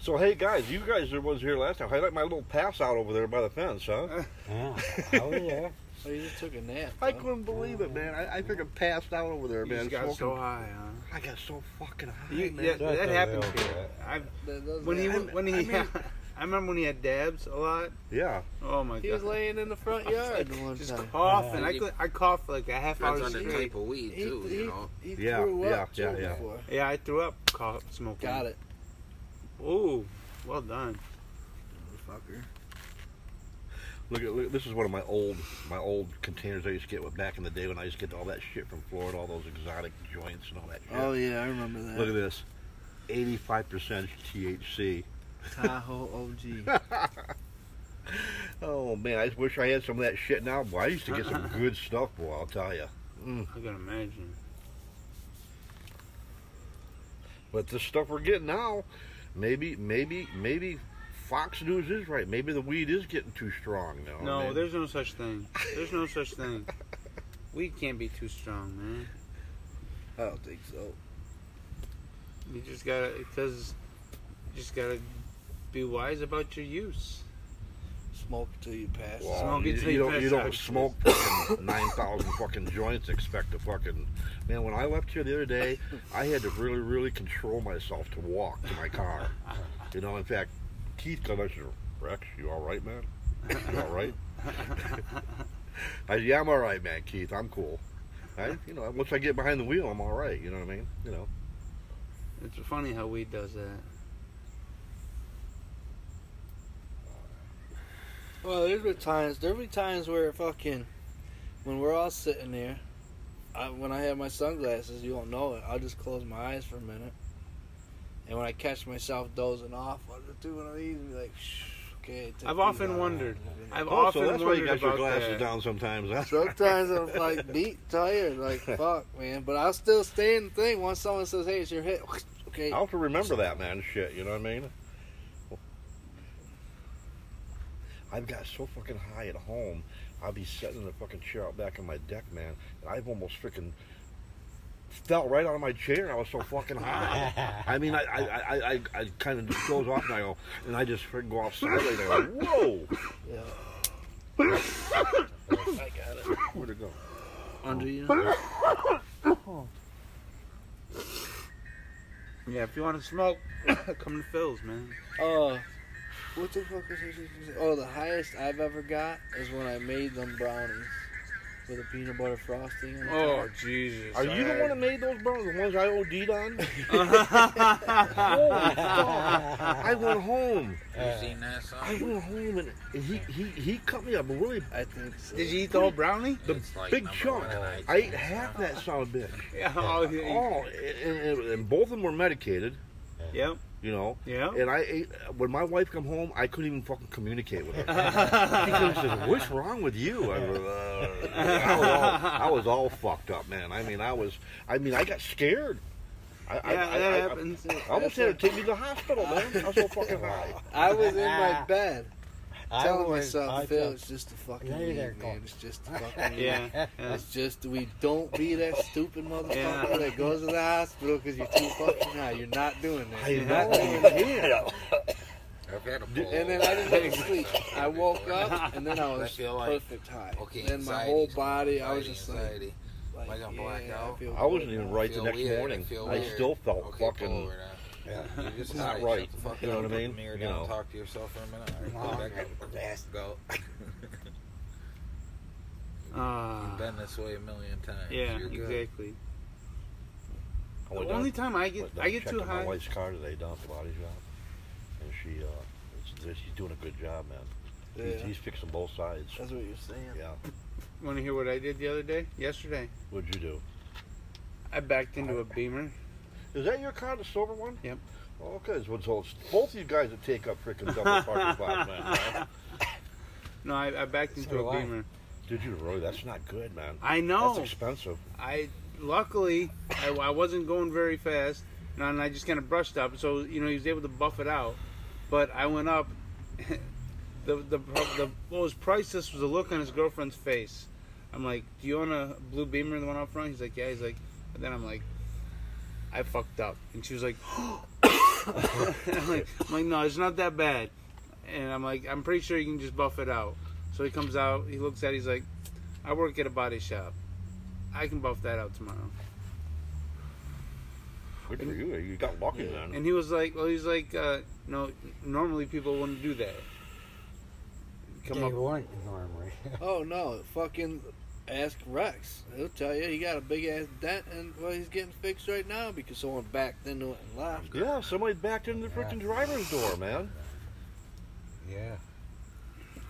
So, hey guys, you guys are ones here last time. I like my little pass out over there by the fence, huh?
Uh.
Yeah. Oh, yeah.
Oh, you just took a nap.
I
huh?
couldn't believe it, man. I, I freaking passed out over there,
You
man.
just got so
Smoking-
high, huh?
I got so fucking high,
You,
man.
yeah, that
That's a
happens
little
here. I've,
That does
when he
that.
when he [laughs] I remember when he had dabs a lot.
Yeah.
Oh my
He
god.
was laying in the front yard the one
just
time.
coughing.
Yeah.
I could, I coughed for like a half hour
Depends on the
straight.
type of weed
He-
too,
he-
you know.
He
Yeah,
threw up
yeah,
too
yeah, yeah.
before.
Yeah, I threw up cough smoking.
Got it,
Ooh, well done.
motherfucker.
Look at look, this is one of my old my old containers I used to get with back in the day when I used to get all that shit from Florida, all those exotic joints and all that. Shit.
Oh yeah, I remember
Look at
that.
this, eighty-five percent THC.
Tahoe
[laughs]
OG.
Oh man, I just wish I had some of that shit now. Boy, I used to get
[laughs]
some good stuff, boy. I'll tell Mm. you.
I can imagine.
But the stuff we're getting now, maybe, maybe, maybe Fox News is right. Maybe the weed is getting too strong now.
no,
Maybe-
there's no such thing. There's
[laughs]
no such thing. We can't be too strong, man.
I don't think so.
You just gotta, because, you just gotta be wise about your use.
Smoke till you pass.
Well,
Smoke
you,
it till
you
you
don't,
pass
you
out.
don't smoke
[coughs]
fucking 9,000 fucking joints and expect to fucking. Man, when I left here the other day, I had to really, really control myself to walk to my car. You know, in fact, Keith comes up and says, Rex, you alright, man? You alright? I said, Yeah, I'm alright, man, Keith. I'm cool. I, you know, once I get behind the wheel, I'm alright. You know what I mean? You know.
It's funny how weed does that.
Well, there's been times. There be times where fucking, when we're all sitting there, I, when I have my sunglasses, you don't know it. I'll just close my eyes for a minute, and when I catch myself dozing off, I'll just do one of these and be like, Shh, "Okay." take
I've
these
often
out."
wondered. I've
Oh, so
often
that's why
wondered
you got your
about
glasses
that.
down sometimes. huh?
Sometimes
[laughs]
I'm like beat tired, like fuck, man. But I'll still stay in the thing. Once someone says, "Hey, it's your hit," [laughs] okay.
I'll have to remember that, man. Shit, you know what I mean? I've got so fucking high at home. I'll be sitting in the fucking chair out back on my deck, man, and I've almost freaking fell right out of my chair. I was so fucking
[laughs]
high. I mean, I I, I, I, I kind of just goes off and I go, and I just freaking go off sideways. And I go, whoa, [laughs]
Yeah,
where'd it go?
under you.
Yeah, if you want to smoke, [coughs] come to Phil's, man.
Uh, what the fuck was this? Oh, the highest I've ever got is when I made them brownies with a peanut butter frosting. On the
Oh Jesus!
Are you the
[laughs]
one that made those brownies? The ones I OD'd
[laughs]
on? Holy fuck. I went home.
You
[laughs]
seen that
I
song?
went home and, and he, he, he cut me up really
top. I think so.
Did you eat the whole brownie?
the
It's like
big
number
chunk.
one on iTunes
I ate half that son of a
[laughs]
bitch.
Yeah. Oh, yeah.
Oh, and, and, and both of them were medicated,
Yep.
you know.
Yep.
And I ate. When my wife come home, I couldn't even fucking communicate
[laughs]
with her. she comes and says, "What's wrong with you?" I, was, uh, I, was all, I was all fucked up, man. I mean, I was. I mean, I got scared. I, I-
Yeah,
I,
that
I-
happens.
I almost had to take me to the hospital, man. I was so fucking high.
[laughs] I was in my bed
I
telling
was- I
myself, Phil,
just-
it's just the fucking
Lay
weed,
there,
man.
Colin.
It's
[laughs]
just the [laughs] fucking weed.
Yeah. yeah.
It's just the weed. Don't be that stupid motherfucker
Yeah.
that goes to the hospital because you're too fucking high. You're not doing that. You're not
know.
doing that.
[laughs]
I've had a bowl.
And then I didn't go to [laughs] sleep. I woke up and then I
[laughs] I
was
feel like-
perfect high.
Okay,
and then my
anxiety,
whole body, I was
Anxiety,
just like,
anxiety.
like,
Like I blacked
yeah,
out.
feel
I wasn't
good
even
now.
right
Feel
the next
weird,
morning.
feel
I
weird.
still felt
Okay,
fucking.
pull over now. You're just
Not
high.
right.
Shut the fuck
You know
up.
what I
Look
mean?
in the mirror
You
down,
know.
Talk to yourself for a minute. All right, go back up.
That's
[laughs]
Go. You've
Ah.
been this way a million times.
yeah.
You're good.
Exactly.
I
The
went down-
only time I get
Went down
I get
checked
too
on My
high.
wife's car today down at the body shop, and she uh, it's- she's doing a good job, man. He's,
Yeah.
he's fixing both sides.
That's what you're saying.
[laughs]
Yeah.
Want to hear what I did the other day? Yesterday,
What'd you do?
I backed into a Beamer.
Is that your car, the silver one?
Yep.
Oh, okay, so it's all- both of you guys that take up freaking
[laughs]
double parking spots, man. right?
No, I, I backed into
do
a
I.
Beamer.
Did you really? That's not good, man.
I know.
That's expensive.
I luckily I, I wasn't going very fast, and I, and I just kind of brushed up. So you know he was able to buff it out, but I went up. [laughs] the the pro- the what was priceless was the look on his girlfriend's face. I'm like, do you want a blue Beamer, the one out front? He's like, yeah. He's like, and then I'm like, I fucked up, and she was like, [gasps] [laughs] I'm like, I'm like, no, it's not that bad. And I'm like, I'm pretty sure you can just buff it out. So he comes out, he looks at, it, he's like, I work at a body shop. I can buff that out tomorrow.
Good for you. You got lucky then.
And he was like, well, he's like, uh, no, normally people wouldn't do that. Come
they
up.
weren't normally.
[laughs]
Oh no, fucking ask Rex. He'll tell you he got a big ass dent and well he's getting fixed right now because someone backed into it and left.
Yeah, somebody backed into the freaking driver's door, man.
yeah.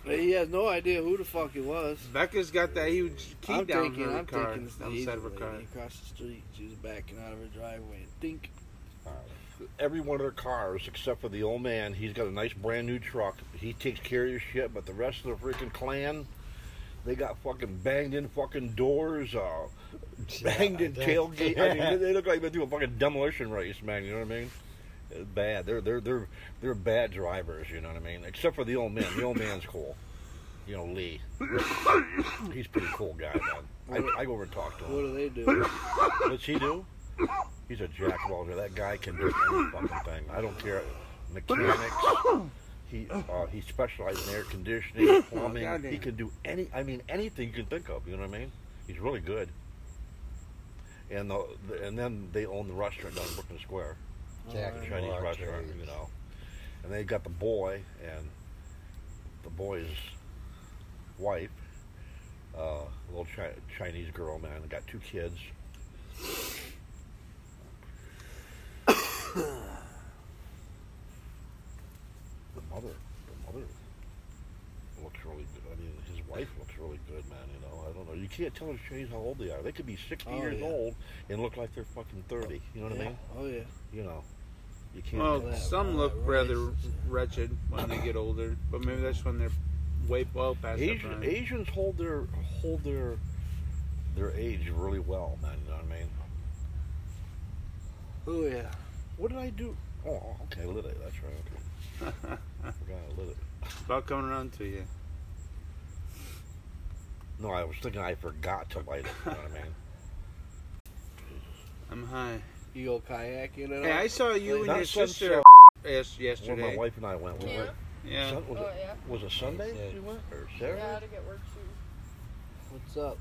But he has no idea who the fuck it was.
Becca's got that huge key
I'm
down
thinking,
her
I'm
car,
thinking it's the
down the
Asian
side of her
lady
car.
across the street. She was backing out of her driveway. and Think
Every one of their cars, except for the old man, he's got a nice brand new truck. He takes care of your shit, but the rest of the freaking clan, they got fucking banged in fucking doors, uh, banged in
Yeah,
tailgate. I mean,
[laughs]
that's-
they look like they do a fucking demolition race, man. You know what I mean? It's Bad. They're they're they're they're bad drivers. You know what I mean? Except for the old man. The old man's cool. You know Lee. He's a pretty cool guy, man. I, I go over and talk to him.
what do
[laughs]
they do?
What's he do? He's a jack of all trades. That guy can do any fucking thing. I don't care. Mechanics. He uh, he specializes in air conditioning, plumbing.
goddamn.
he can do any. I mean, anything you can think of. You know what I mean? He's really good. And the, the- and then they own the restaurant down in Brooklyn Square,
Jack
the
of
Chinese
all
restaurant.
trades.
You know, and they got the boy and the boy's wife, uh, a little chi- Chinese girl, man. They got two kids. the mother, the mother looks really good. I mean, his wife looks really good, man. You know, I don't know. You can't tell the Chinese how old they are. They could be 60
Oh,
years
yeah.
old and look like they're fucking 30. You know what I
Yeah.
mean?
Oh yeah.
You know, you can't.
Well,
Yeah,
some
well,
look
that
rather
race is-
wretched when they get older, but maybe that's when they're way well past their
Asian,
prime.
Asians hold their hold their their age really well, man. You know what I mean?
Oh yeah.
What did I do? Oh, okay, I lit it. That's right. Okay,
[laughs]
I forgot I lit it.
About coming around to you.
No, I was thinking I forgot to light it. You know what
[laughs]
I mean?
I'm high.
You go kayaking and
Hey, I
all?
saw you and
Not
your
since,
sister
uh,
at yes-
When my
yesterday.
wife and I went, we
Yeah.
went.
Yeah.
Sun- was,
Oh,
it,
yeah.
was it Sunday
Yeah.
we went or
Yeah, I
Saturday?
had to get work shoes.
What's up?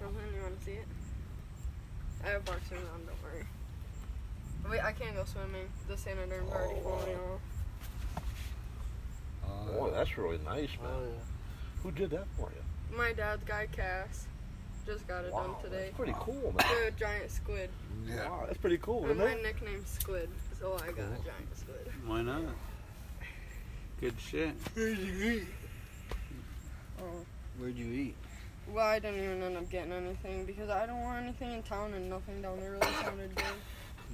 Rohan, you want to see it? I have boxers on, don't worry. Wait, I can't go swimming. The sanitar's already
Oh, wow.
falling off.
Boy, that's really nice, man.
Oh
Who did that for you?
My dad's guy, Cass, just got it
wow,
done today.
that's pretty cool, man.
They're a giant squid.
Wow, that's pretty cool,
And
isn't
my
it?
nickname's Squid, so I got a giant squid.
Why not? Good shit.
yeah. Where'd you eat?
Oh.
Where'd you eat?
Well, I didn't even end up getting anything because I don't want anything in town and nothing down there really
[coughs]
sounded good.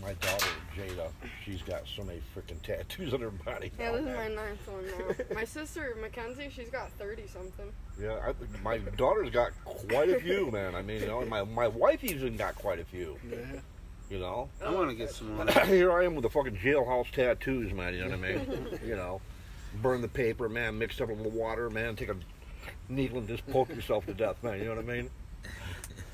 My daughter Jada, she's got so many freaking tattoos on her body.
Yeah,
now,
this is my
man.
ninth one now. my sister Mackenzie, she's got thirty something.
Yeah, I, think my daughter's got quite a few, man. I mean, you know, and my my wife even got quite a few.
Yeah.
You know,
I want to get some more.
[coughs] here I am with the fucking jailhouse tattoos, man. You know what I
[laughs]
mean? you know, burn the paper, man. Mix up with water, man. Take a needle and just poke yourself to death, man. You know what I mean?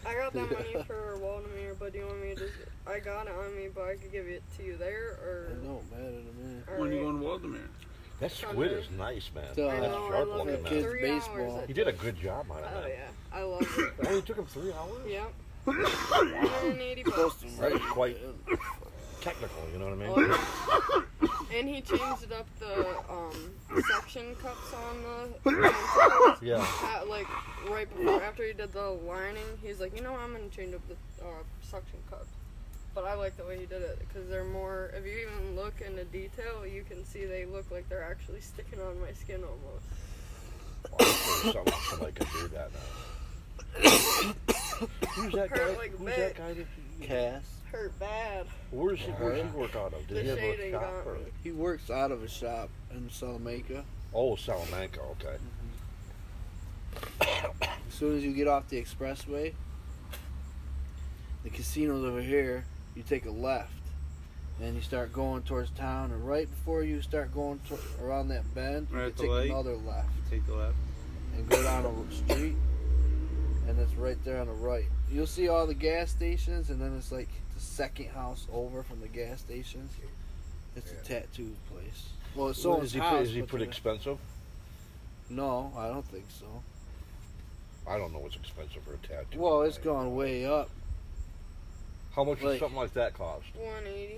I got that money for Waldemir, but do you want me to just? I got it on me, but I could give it to you there
I
or.
know, it mattered to me.
or
When you going to Waldemar?
That squid is nice, man.
So,
I
That's
know, I
sharp
love
looking,
that
it.
man.
kid's
Three
baseball.
hours.
He did a good job on it,
Oh
man.
yeah, I love
[coughs]
it.
It only took him three hours.
Yep.
Wow.
180 bucks.
That is quite technical. You know what I mean?
And he changed up the um, suction cups on the
Yeah.
at, like right before after he did the lining. He's like, you know, I'm gonna change up the uh, suction cups. But I like the way he did it because they're more. If you even look into detail, you can see they look like they're actually sticking on my skin almost.
Wow, somebody, somebody could do that now. who's that
Hurt
guy?
like
who's
bit.
that guy? That,
Cass.
Hurt bad.
where's he? Where's he work out of? Did
The
he have a
shading
shop
got
or?
me.
He works out of a shop in Salamanca.
Oh, Salamanca. Okay.
Mm-hmm. [coughs] As soon as you get off the expressway, the casino's over here. You take a left, and you start going towards town. And right before you start going to- around that bend,
Right
you
at the
take
light.
another left
Take the left.
and go down a street, and it's right there on the right. You'll see all the gas stations, and then it's like the second house over from the gas station. It's a tattoo place. Well, it's
So
someone's
is he,
house.
is he
but
pretty
the-
expensive?
no, I don't think so.
I don't know what's expensive for a tattoo.
Well, it's
Like,
gone way up.
How much
Like-
does something like that cost?
180,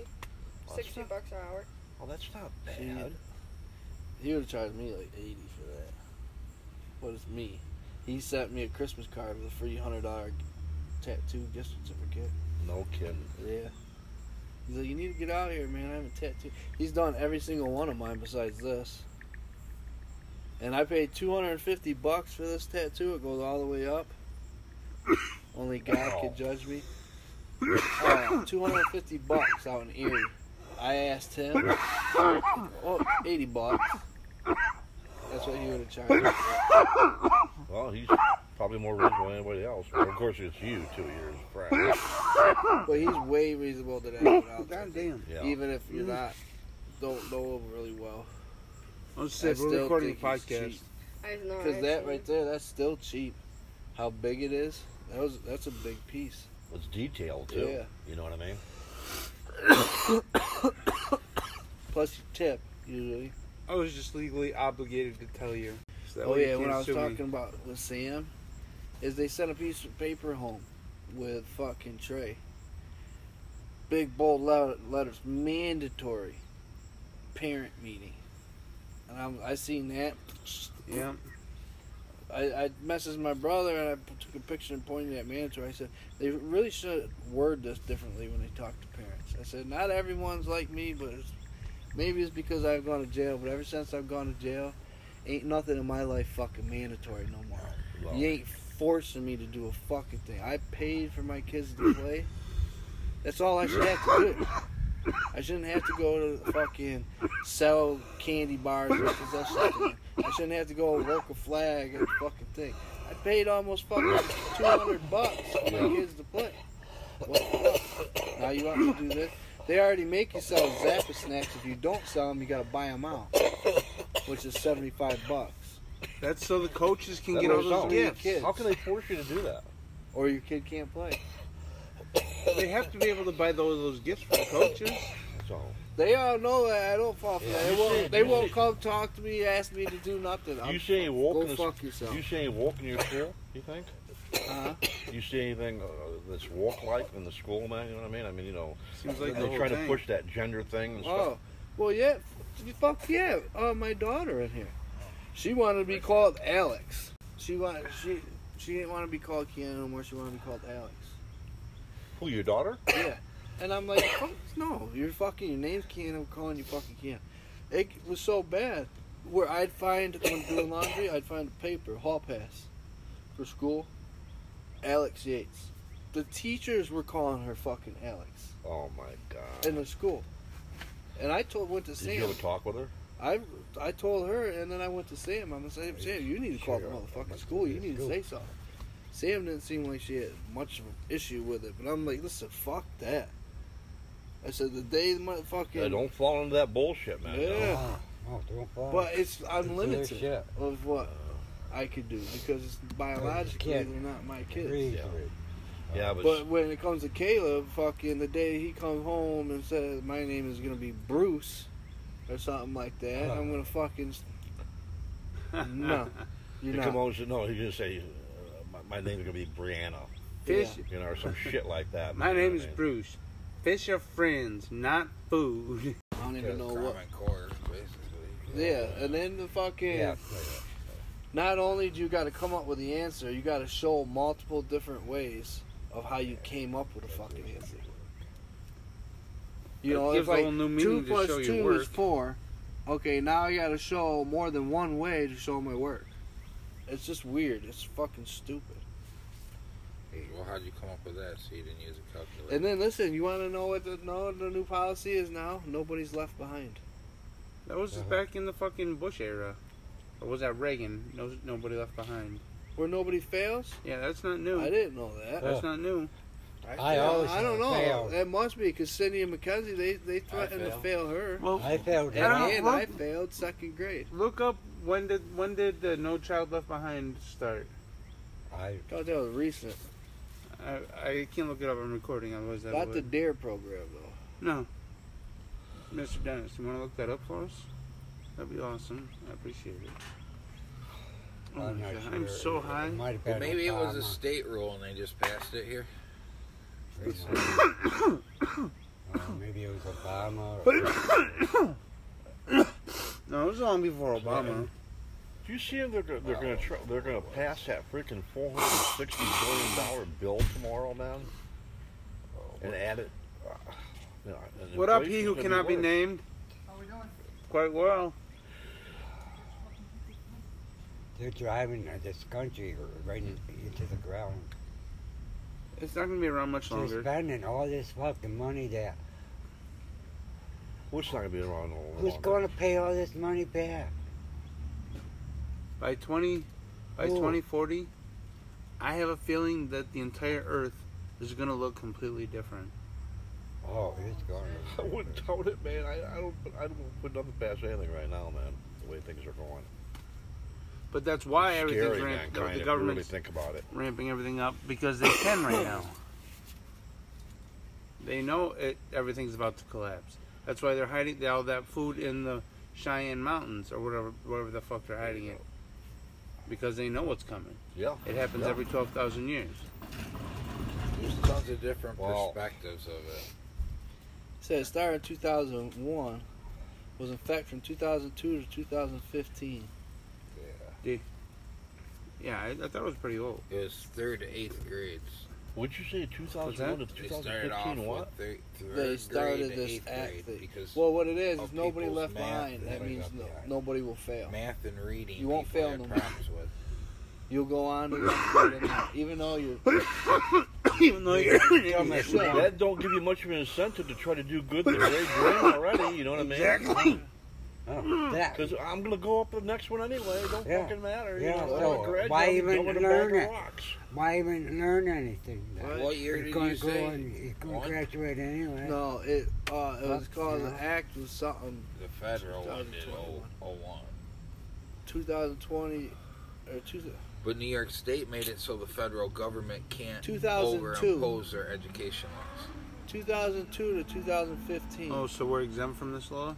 That's
60
not-
bucks an hour.
Oh, that's not
Bad. He would have charged me like eighty for that. What is me? He sent me a Christmas card with a free hundred dollar tattoo gift certificate.
No kidding.
Yeah. He's like, you need to get out of here, man. I have a tattoo. He's done every single one of mine besides this. And I paid two hundred and fifty bucks for this tattoo. It goes all the way up. [coughs] Only God could judge me. Uh, two hundred and fifty bucks out in Erie. I asked him. Oh, 80 bucks. That's what he would have charged. me.
Well, he's probably more reasonable than anybody else. Well, of course, it's you two years prior.
But he's way reasonable to that. without
God
taking-
damn.
Yeah.
Even if you're not, don't know him really well.
I'm sick.
I
We're
still
recording
think
the
he's
podcast.
cheap.
I know. I
Cause that
actually-
right there, that's still cheap. How big it is. That was that's a big piece. [coughs]
It's detailed too.
Yeah.
You know what I mean?
Plus your tip usually.
I was just legally obligated to tell you. So that
oh
way you
yeah,
can't
when I was
sue me.
talking about with Sam, is they sent a piece of paper home with fucking Trey. Big bold le- letters, mandatory parent meeting, and I'm, I seen that.
Yeah.
I, I messaged my brother and I p- took a picture and pointed at mandatory. I said they really should word this differently when they talk to parents. I said not everyone's like me, but it's, maybe it's because I've gone to jail. But ever since I've gone to jail, ain't nothing in my life fucking mandatory no more.
Well,
You ain't forcing me to do a fucking thing. I paid for my kids to play. That's all I should have to do. I shouldn't have to go to the fucking sell candy bars and possess something. I shouldn't have to go and work a flag and fucking thing. I paid almost fucking two hundred bucks for my kids to play. What the fuck? Now you want to do this? They already make you sell Zappa snacks. If you don't sell them, you gotta buy them out, which is seventy-five bucks.
That's so the coaches can
That
get all
works
those
out.
gifts.
Kids.
How can they force you to do that?
Or your kid can't play.
They have to be able to buy those those gifts for the coaches.
So
They all know that I don't fall for that.
you
They won't,
should,
they
you
won't
should.
come talk to me, ask me to do nothing. I'm,
you see any walk
go
in the
fuck yourself.
You see any walk in your school? You think?
Uh-huh.
[coughs] You see anything uh, that's walk-like in the school, man? You know what I mean? I mean, you know,
Seems like the
they
whole
try to
thing.
push that gender thing and stuff.
Oh, well, yeah. f- Fuck yeah. Uh, my daughter in here. She wanted to be called Alex. She wanted, she she didn't want to be called Keanu no more. She wanted to be called Alex.
Who, your daughter?
Yeah. And I'm like, [coughs] fuck no. You're fucking, your name's Keanu. I'm calling you fucking Keanu. It was so bad where I'd find, when doing laundry, I'd find a paper, hall pass for school. Alex Yates. The teachers were calling her fucking Alex
Oh my God!
in the school. And I told went to
Did you
Sam.
ever talk with her?
I I told her, and then I went to Sam. I'm gonna say, Sam, you need to call the motherfucking school. You need to say something. Sam didn't seem like she had much of an issue with it, but I'm like, listen, fuck that. I said the day the
Yeah,
motherfucking
don't fall into that bullshit, man. you know?
yeah,
No, don't fall.
but it's I'm
Ah, It's their
limited
shit.
of what I could do because it's biologically they're
can't
not my
Freeze
kids.
Yeah.
it.
Yeah,
But when it comes to Caleb, fucking the day he comes home and says my name is gonna be Bruce or something like that, I'm gonna fucking
[laughs]
no. You're
You
not.
come on, say, no, he's gonna say, uh, my, my name's gonna be Brianna,
Fish.
you know, or some shit like that.
My
you know
name
what
is
I mean?
Bruce. Fish are friends, not food.
I don't even know what.
Common core, basically.
Yeah, and then the fucking.
Yeah.
Not only do you got to come up with the answer, you got to show multiple different ways of how you came up with a fucking answer. You
It
know, if
gives a
like
whole new
two
meaning to
plus
show your
two is
work.
four, okay, now I got to show more than one way to show my work. It's just weird. It's fucking stupid.
Well, how'd you come up with that? So you didn't use a calculator.
And then listen, you want to know what the, know the new policy is now? Nobody's left behind.
That was just
Uh-huh.
back in the fucking Bush era. Or was that Reagan? No, nobody left behind.
Where nobody fails?
Yeah, that's not new.
I didn't know that.
That's not new.
I always
I don't know.
fail.
That must be because Cindy and Mackenzie they they threatened to
failed.
fail her.
Well,
I failed
I don't-
that.
and
look-
I failed second grade.
look up when did when did the No Child Left Behind start?
I
Thought that was recent.
I, I can't look it up. I'm recording. Otherwise, that
Not the
would.
Dare program though.
No. Mr. Dennis, you want to look that up for us? That'd be awesome. I appreciate it. Oh
I'm
my
not
God,
sure.
I'm so
It
high.
might have
Well,
been
maybe it was a
Obama.
state rule and they just passed it here.
[coughs] maybe it was Obama. Or
no, it was long before Obama.
Do you see them? They're, go- they're gonna tr- they're gonna pass that freaking four hundred and sixty billion dollar bill tomorrow, man, and add it. Uh, you know, and
What up, he
inflation's
who
gonna
cannot be
worse.
named? Quite well.
they're driving uh, this country right in- into the ground.
[coughs] It's not gonna be around much
They're
longer.
spending all this fucking money there.
Well, it's not gonna be around all
Who's going to pay all this money back?
By twenty, by
Whoa.
twenty forty, I have a feeling that the entire Earth is gonna look completely different.
Oh, it's going.
[laughs] I wouldn't doubt it, man. I, I don't I don't put nothing past anything right now, man. The way things are going.
But that's why
It's
everything's
scary,
ramped,
mankind, if
the
you
government's
really think about it.
ramping everything up because they can right now. They know it, everything's about to collapse. That's why they're hiding all that food in the Cheyenne Mountains or whatever, wherever the fuck they're hiding it, because they know what's coming.
Yeah.
It happens
Yeah.
every twelve thousand years.
There's tons of different
Well-
perspectives of it.
Said it started in 2001, was in fact from 2002 to 2015.
Yeah, I, I thought it was pretty old.
It was third to eighth grades.
Would you say 2001 to
They started off
2015? What?
with thir- third
They started
grade to
this
eighth
act.
grade
that-
because
well, what it is
of
is nobody
people's
left
math
behind.
and
That
everybody
means
left
no,
behind.
nobody will fail.
math and reading.
You won't
people
fail
had
no more.
problems with.
You'll go
[coughs]
on, to- even though you're,
even
[laughs]
though you're
Yeah.
that don't give you much of an incentive to try to do good in the grade you're in already. You know what I mean? Exactly.
Oh, that.
Because I'm gonna go up the next one anyway. Don't
Yeah.
fucking matter.
Yeah,
you know,
so
I'm a grad,
why
I'm
even
going to
learn
Boulder
it?
Rocks.
Why even learn anything? then?
What, what year
You're
did
gonna
you
go
say?
and- You're going
One?
to graduate anyway.
no, it uh, it was
Fuck,
called
yeah.
the act was something
The federal oh, one did
2021.
01.
2020 or two,
But New York State made it so the federal government can't
2002.
overimpose their education laws.
2002 to 2015.
Oh, so we're exempt from this law?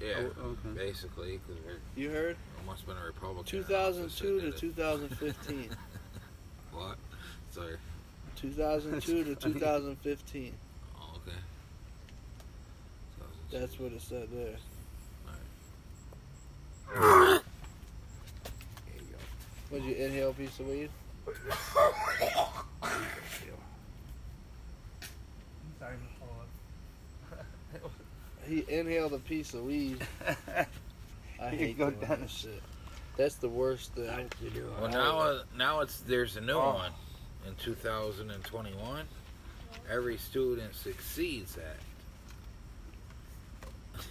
Yeah,
Oh, okay.
basically, because there
You heard
must have been a Republican. in office that
2002 to
did it. [laughs]
2015.
What? Sorry.
2002 to
That's funny.
2015.
Oh, okay.
That's what it said there.
There you go.
Would you inhale a piece of weed?
Sorry,
He inhaled a piece of
[laughs]
weed. I
You
hate
go
doing
down.
that shit. That's the worst thing.
Well, now, uh, now it's there's a new one in 2021. Every student succeeds at.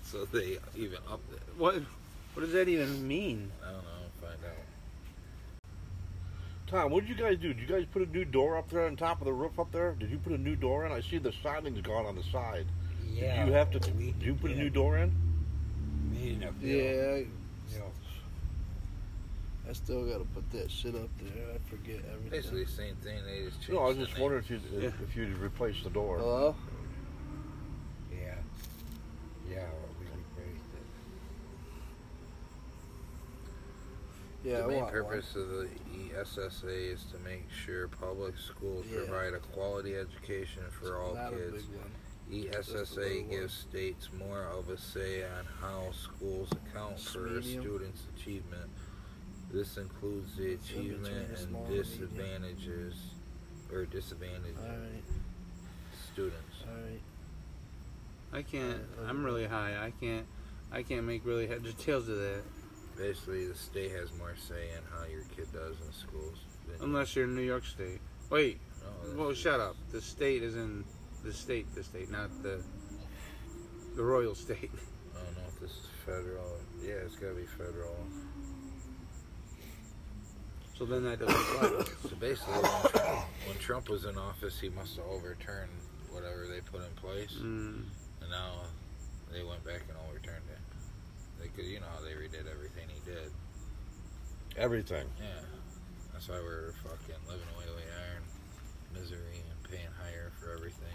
[laughs] so they even up it.
What? What does that even mean?
I don't know. Find out.
Tom, what did you guys do? Did you guys put a new door up there on top of the roof up there? Did you put a new door in? I see the siding's gone on the side.
Yeah.
Did you have to?
we
Did you put a new
did.
door in?
Me and a Bill.
Yeah,
Bill.
I still gotta put that shit up there. I forget
Basically
everything.
the same thing. They just changed.
No, I was
the
just
name.
wondering if you
Yeah.
if you'd replace the door.
Hello?
Yeah. Yeah, we replaced it.
Yeah, I
the main
want one.
purpose of the E ESSA is to make sure public schools
Yeah.
provide a quality education for all
Not a
kids. E
big one. That's the
ESSA
little
gives states more of a say on how schools account
It's
for a
medium.
student's achievement. This includes the
It's in between
achievement
the small
and
and medium.
disadvantages or disadvantaged
Alright,
students.
alright.
I can't. I'm really high. I can't. I can't make really head or tails of that
Basically, the state has more say in how your kid does in schools. than you.
unless you're in New York State. Wait.
No, Oh, that's-
Well, shut up. The state is in the state. The state, not the the royal state.
I
[laughs]
don't know if Oh, this is federal. Yeah, it's gotta be federal.
So then that doesn't apply.
So basically, when Trump, when Trump was in office, he must have overturned whatever they put in place,
mm,
and now they went back and overturned it. They could, you know, how they redid everything he did.
Everything.
Yeah, that's why we're fucking living the way we are, in misery and paying higher for everything.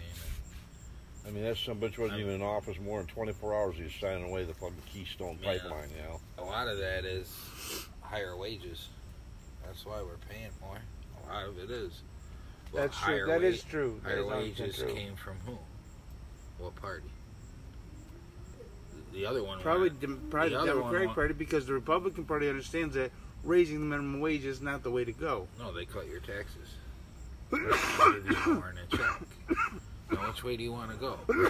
I mean, that some bitch wasn't even in office more than 24 hours. He's signing away the fucking Keystone
Yeah.
pipeline. You know.
And a lot of that is higher wages. That's why we're paying more. A lot of it is. Well,
That's true.
higher
That
wa-
is true. That
Higher
is 100%
wages
true.
came from who? What party? The other one.
Probably,
wanted-
dem- probably the,
other one
Democratic
wa-
Party because the Republican Party understands that raising the minimum wage is not the way to go.
No, they cut your taxes. They give you more in a check. Now, which way do you want to go? You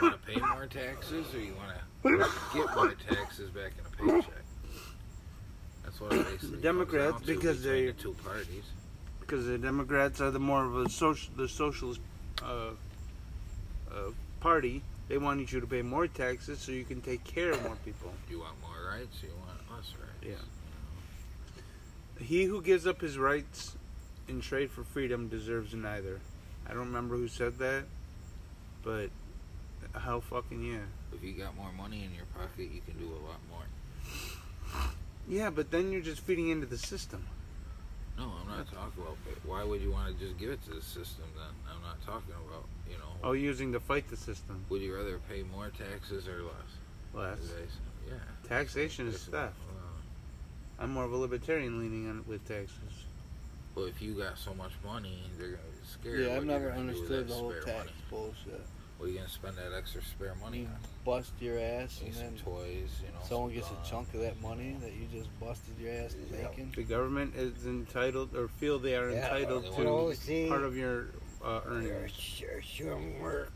want to pay more taxes, or you want to get more taxes back in a paycheck? That's what it basically.
The
comes
Democrats,
down to
because
between
they
the two parties.
because the Democrats are the more of a social the socialist uh, uh, party. They wanted you to pay more taxes so you can take care of more people.
You want more rights, you want less rights.
Yeah. He who gives up his rights in trade for freedom deserves neither. I don't remember who said that, but how fucking yeah.
If you got more money in your pocket, you can do a lot more.
Yeah, but then you're just feeding into the system.
No, I'm not talking about. But why would you want to just give it to the system then? I'm not talking about you know.
Oh, using to fight the system.
Would you rather pay more taxes or less?
Less.
As I s- Yeah. uh,
Taxation is theft. I'm more of a libertarian leaning on with taxes.
Well, if you got so much money, they're gonna be scared.
Yeah,
What
I've
you
never
gonna do with
understood
that
the whole
spare
tax
money?
bullshit.
What are you gonna spend that extra spare money
You
on?
bust your ass and
Get some
then
toys, you know.
someone
some
gets
guns.
a chunk of that money that you just busted your ass making.
The government is entitled or feel they are
Yeah,
entitled
they
to
wanna-
part of your uh,
There's
earnings.
some work,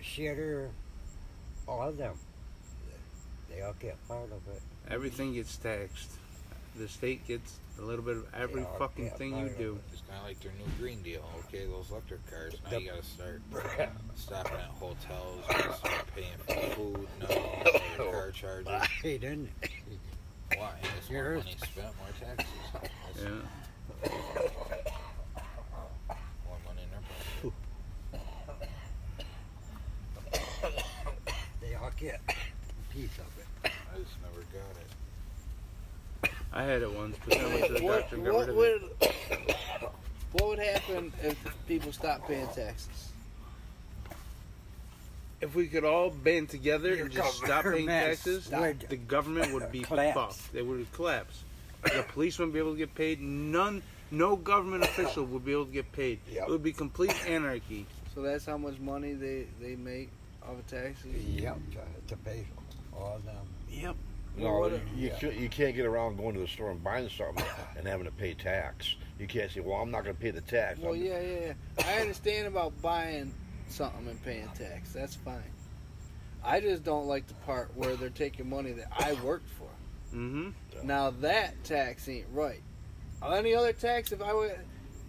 shitter, all of them. They all get part of
[laughs]
it.
Everything gets taxed. The state gets a little bit of every
Yeah,
fucking
yeah,
thing
I
you
know.
do.
It's kind of like their new green deal. Okay, those electric cars. Now you gotta start
[laughs]
stopping at hotels. You gotta start paying for food. No
[laughs]
car charges.
Hey, didn't
Why? It's more money spent, more taxes. That's-
Yeah.
More money in their pocket.
they all get a piece of it.
I just never got it.
I had it once, but then I went to the
What,
doctor and got rid
what
of
would what would happen if people stopped paying taxes?
it. If we could all band together
Your
and just
[laughs]
stop paying
government
taxes,
would
the government would be
collapse.
fucked. They would collapse. The police wouldn't be able to get paid. None, no government official would be able to get paid. It would be complete anarchy.
So that's how much money they, they make off of taxes.
Yep, to, to pay all of them.
Yep.
No,
Well,
you,
what
you
yeah.
can't- you can't get around going to the store and buying something and having to pay tax. You can't say, "Well, I'm not going to pay the tax."
Well,
I'm-
yeah, yeah, yeah. I understand about buying something and paying tax. That's fine. I just don't like the part where they're taking money that I worked for.
Mm-hmm.
Now that tax ain't right. Any other tax, if I would,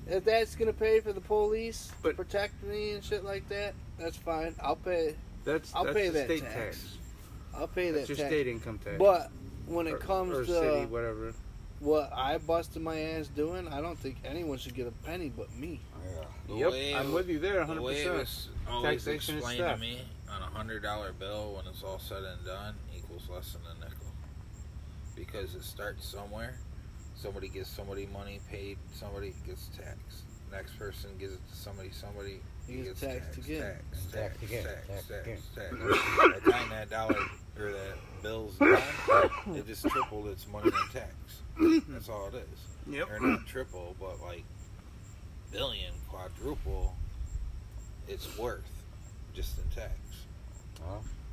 if that's gonna pay for the police,
But-
protect me and shit like that, that's fine. I'll pay.
That's
I'll
that's
pay
the
that
state
tax.
tax.
I'll pay
That's
that
your
tax.
state income tax.
But when
Or-
it comes
or
to uh,
city, whatever.
what I busted my ass doing, I don't think anyone should get a penny but me.
The
Yep,
way
I'm
it-
with you there,
The way
100%.
it was always
Taxation is
explained to
theft.
me, on a hundred dollar bill, when it's all said and done, equals less than a nickel, because it starts somewhere. Somebody gets somebody money paid. Somebody gets taxed. Next person gives it to somebody. Somebody
He gets taxed again.
Tax, tax,
Taxed again,
tax,
taxed
tax,
again.
tax. By the time that dollar or that bill's done, it just tripled its money in tax. That's all it is.
Yep.
Or not triple, but like billion, quadruple its worth just in tax.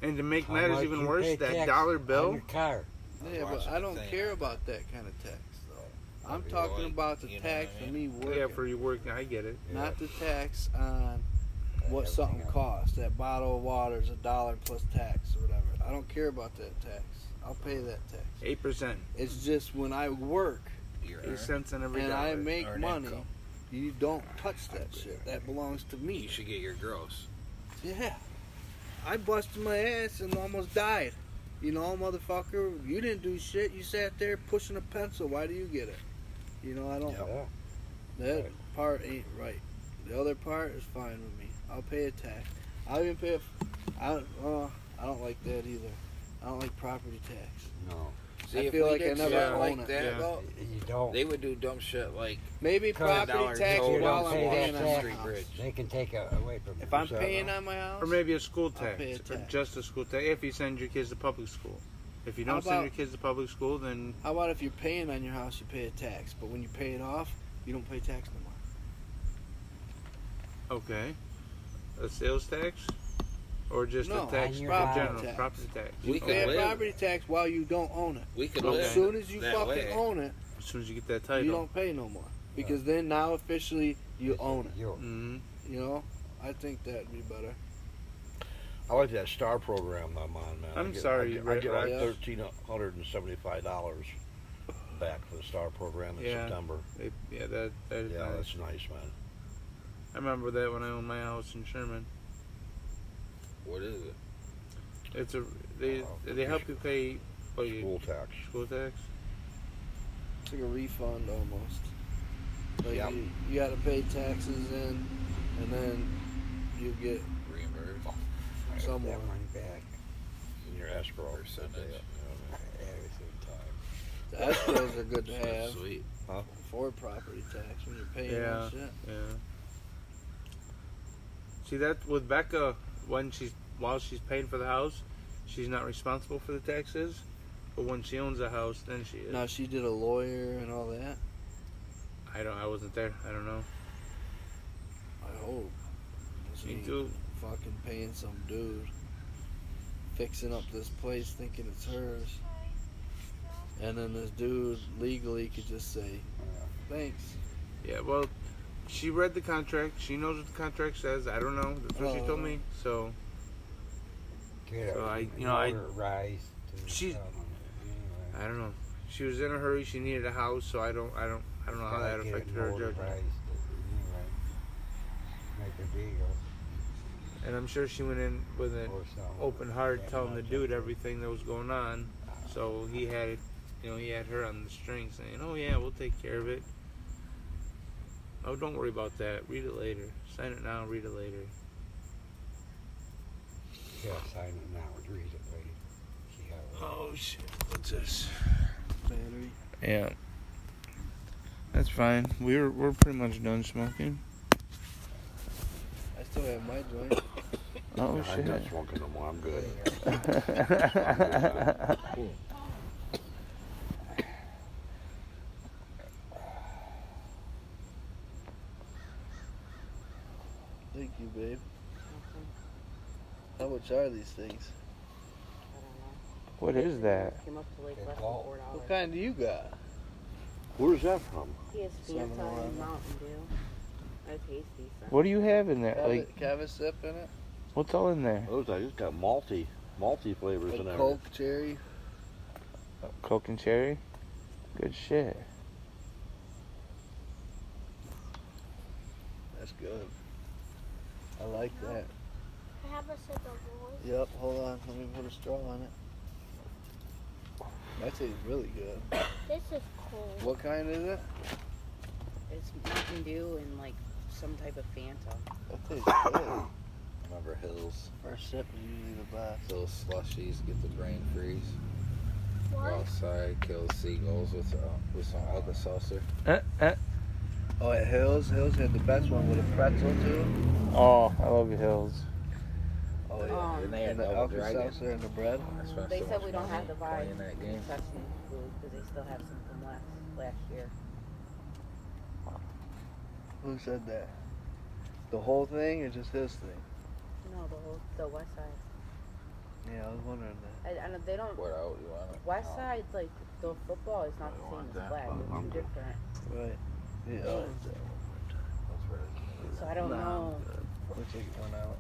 And to make
How
matters
much
even
you
worse,
pay
that
tax
dollar
on
bill.
your car.
Yeah, but
watching
I
the
don't
thing.
care about that kind of tax though. I'm
Well,
talking about the
you know what I
tax for me working,
Yeah, for your work, I get it.
not the tax on what something costs. That bottle of water is a dollar plus tax or whatever. I don't care about that tax. I'll pay that tax.
Eight percent,
It's just when I work
Your
eight cents on every
and
dollar.
I make
Earned
money,
income.
you don't touch that shit. That belongs to
You
me.
should get your gross.
Yeah. I busted my ass and almost died. You know, motherfucker, you didn't do shit. You sat there pushing a pencil. Why do you get it? You know, I don't.
Yeah.
That part ain't right. The other part is fine with me. I'll pay a tax. I'll even pay. A, I don't. Uh, I don't like that either. I don't like property tax.
No,
See,
I
if
feel
we
like I
did
never
shit
own it.
like that,
Yeah.
though,
you don't.
they would do dumb shit like
Maybe
Cut
property tax
toll
you
while
don't
I'm
on
pay
paying
that
on my
Street
house.
Bridge.
They can take it away from you.
If I'm
Is that
paying
right?
on my house,
or maybe a school
I'll pay
tax,
a
or
tax.
just a school tax. If you send your kids to public school, if you
How
don't send your
about-
kids to public school, then
how about if you're paying on your house, you pay a tax, but when you pay it off, you don't pay tax no more.
Okay. A sales tax? Or just
No,
a tax
on
in
your property
general?
tax.
Property tax.
You pay a property tax while you don't own it.
We could
As
live
soon as you
that
fucking
way.
own it,
As soon as you get that
you
title.
don't pay no more because then now officially you own it.
Mhm.
You know, I think that'd be better.
I like that star program I'm on, man.
I'm
I get,
sorry,
I get, I
Red
get like
Rock.
thirteen hundred and seventy-five dollars back for the star program in
Yeah.
September.
They- yeah, that, that is
yeah,
nice.
that's nice, man.
I remember that when I owned my house in Sherman.
What is it?
It's a they
Oh,
they help you pay what,
school tax.
School tax.
It's like a refund almost. Like
Yeah.
you, you got to pay taxes in, and then you get
reimbursed
some more.
back.
In your escrow
percentage.
The escrows are good to
So
have
Sweet.
Huh?
for property tax when you're paying
Yeah,
that shit.
yeah. See that with Becca when she's while she's paying for the house, she's not responsible for the taxes. But when she owns a house, then she is.
Now she did a lawyer and all that.
I don't. I wasn't there. I don't know.
I hope. She
Me too.
Fucking paying some dude, fixing up this place thinking it's hers, and then this dude legally could just say, "Thanks."
Yeah. Well, she read the contract. She knows what the contract says. I don't know. That's what she
Oh.
told me. So.
Get
So
a
I- you know, I-
rise to
She-
some-
I don't know. She was in a hurry. She needed a house, so I don't. I don't. I don't know how that
Gotta get it
affected her judgment.
notarized, anyway. Make it legal.
And I'm sure she went in with an open heart, telling the dude everything that was going on. So he had, you know, he had her on the string, saying, "Oh yeah, we'll take care of it. Oh, don't worry about that. Read it later. Sign it now. Read it later."
Yeah, sign it now. and Read it later. See how it-
Oh shit, what's this?
Battery.
Yeah. That's fine. We're we're pretty much done smoking.
I still have my
[coughs]
joint.
Oh,
Nah,
shit.
I'm not smoking no more. I'm good. [laughs]
Thank you, babe. How much are these things?
What is that?
Came up to like less than
Well,
four dollars.
What kind do you got?
Where's that from?
PSP, I'm talking Mountain Dew. I taste decent.
What do you have in there?
Have
Like,
it- have a sip in it.
what's all in there?
Those I just got malty, malty flavors in
With
there.
Coke, cherry.
Coke and cherry. Good shit.
That's good. I like that.
I have a sip of water.
Yep, hold on. Let me put a straw on it. That tastes really good.
This is cold.
What kind is it?
It's Mountain Dew and like some type of Fanta.
That tastes good.
Remember Hills?
First sip is usually the best.
Those slushies get the brain freeze.
What?
Go outside, kill seagulls with uh, with some Alka Seltzer.
Oh, at Hills. Hills had the best one with a pretzel too.
Oh, I love your hills.
Oh yeah.
Um,
And they had
and the
Double
Alka
Dragon. Oh,
Seltzer and the bread.
That's why
They
so
said
much
we don't
money
have to buy
playing that game.
Tuscan food because they still have some from last last year.
Who said that? The whole thing or just his thing?
No, the whole the West Side.
Yeah, I was wondering that.
I, I know they don't.
What out you want? Oh.
West Side like the football is not
I
the
want
same
that.
as black. They're two different.
Right. Yeah.
Yeah.
it's that one.
So I don't
Nah,
know.
I'm good. We'll take one out.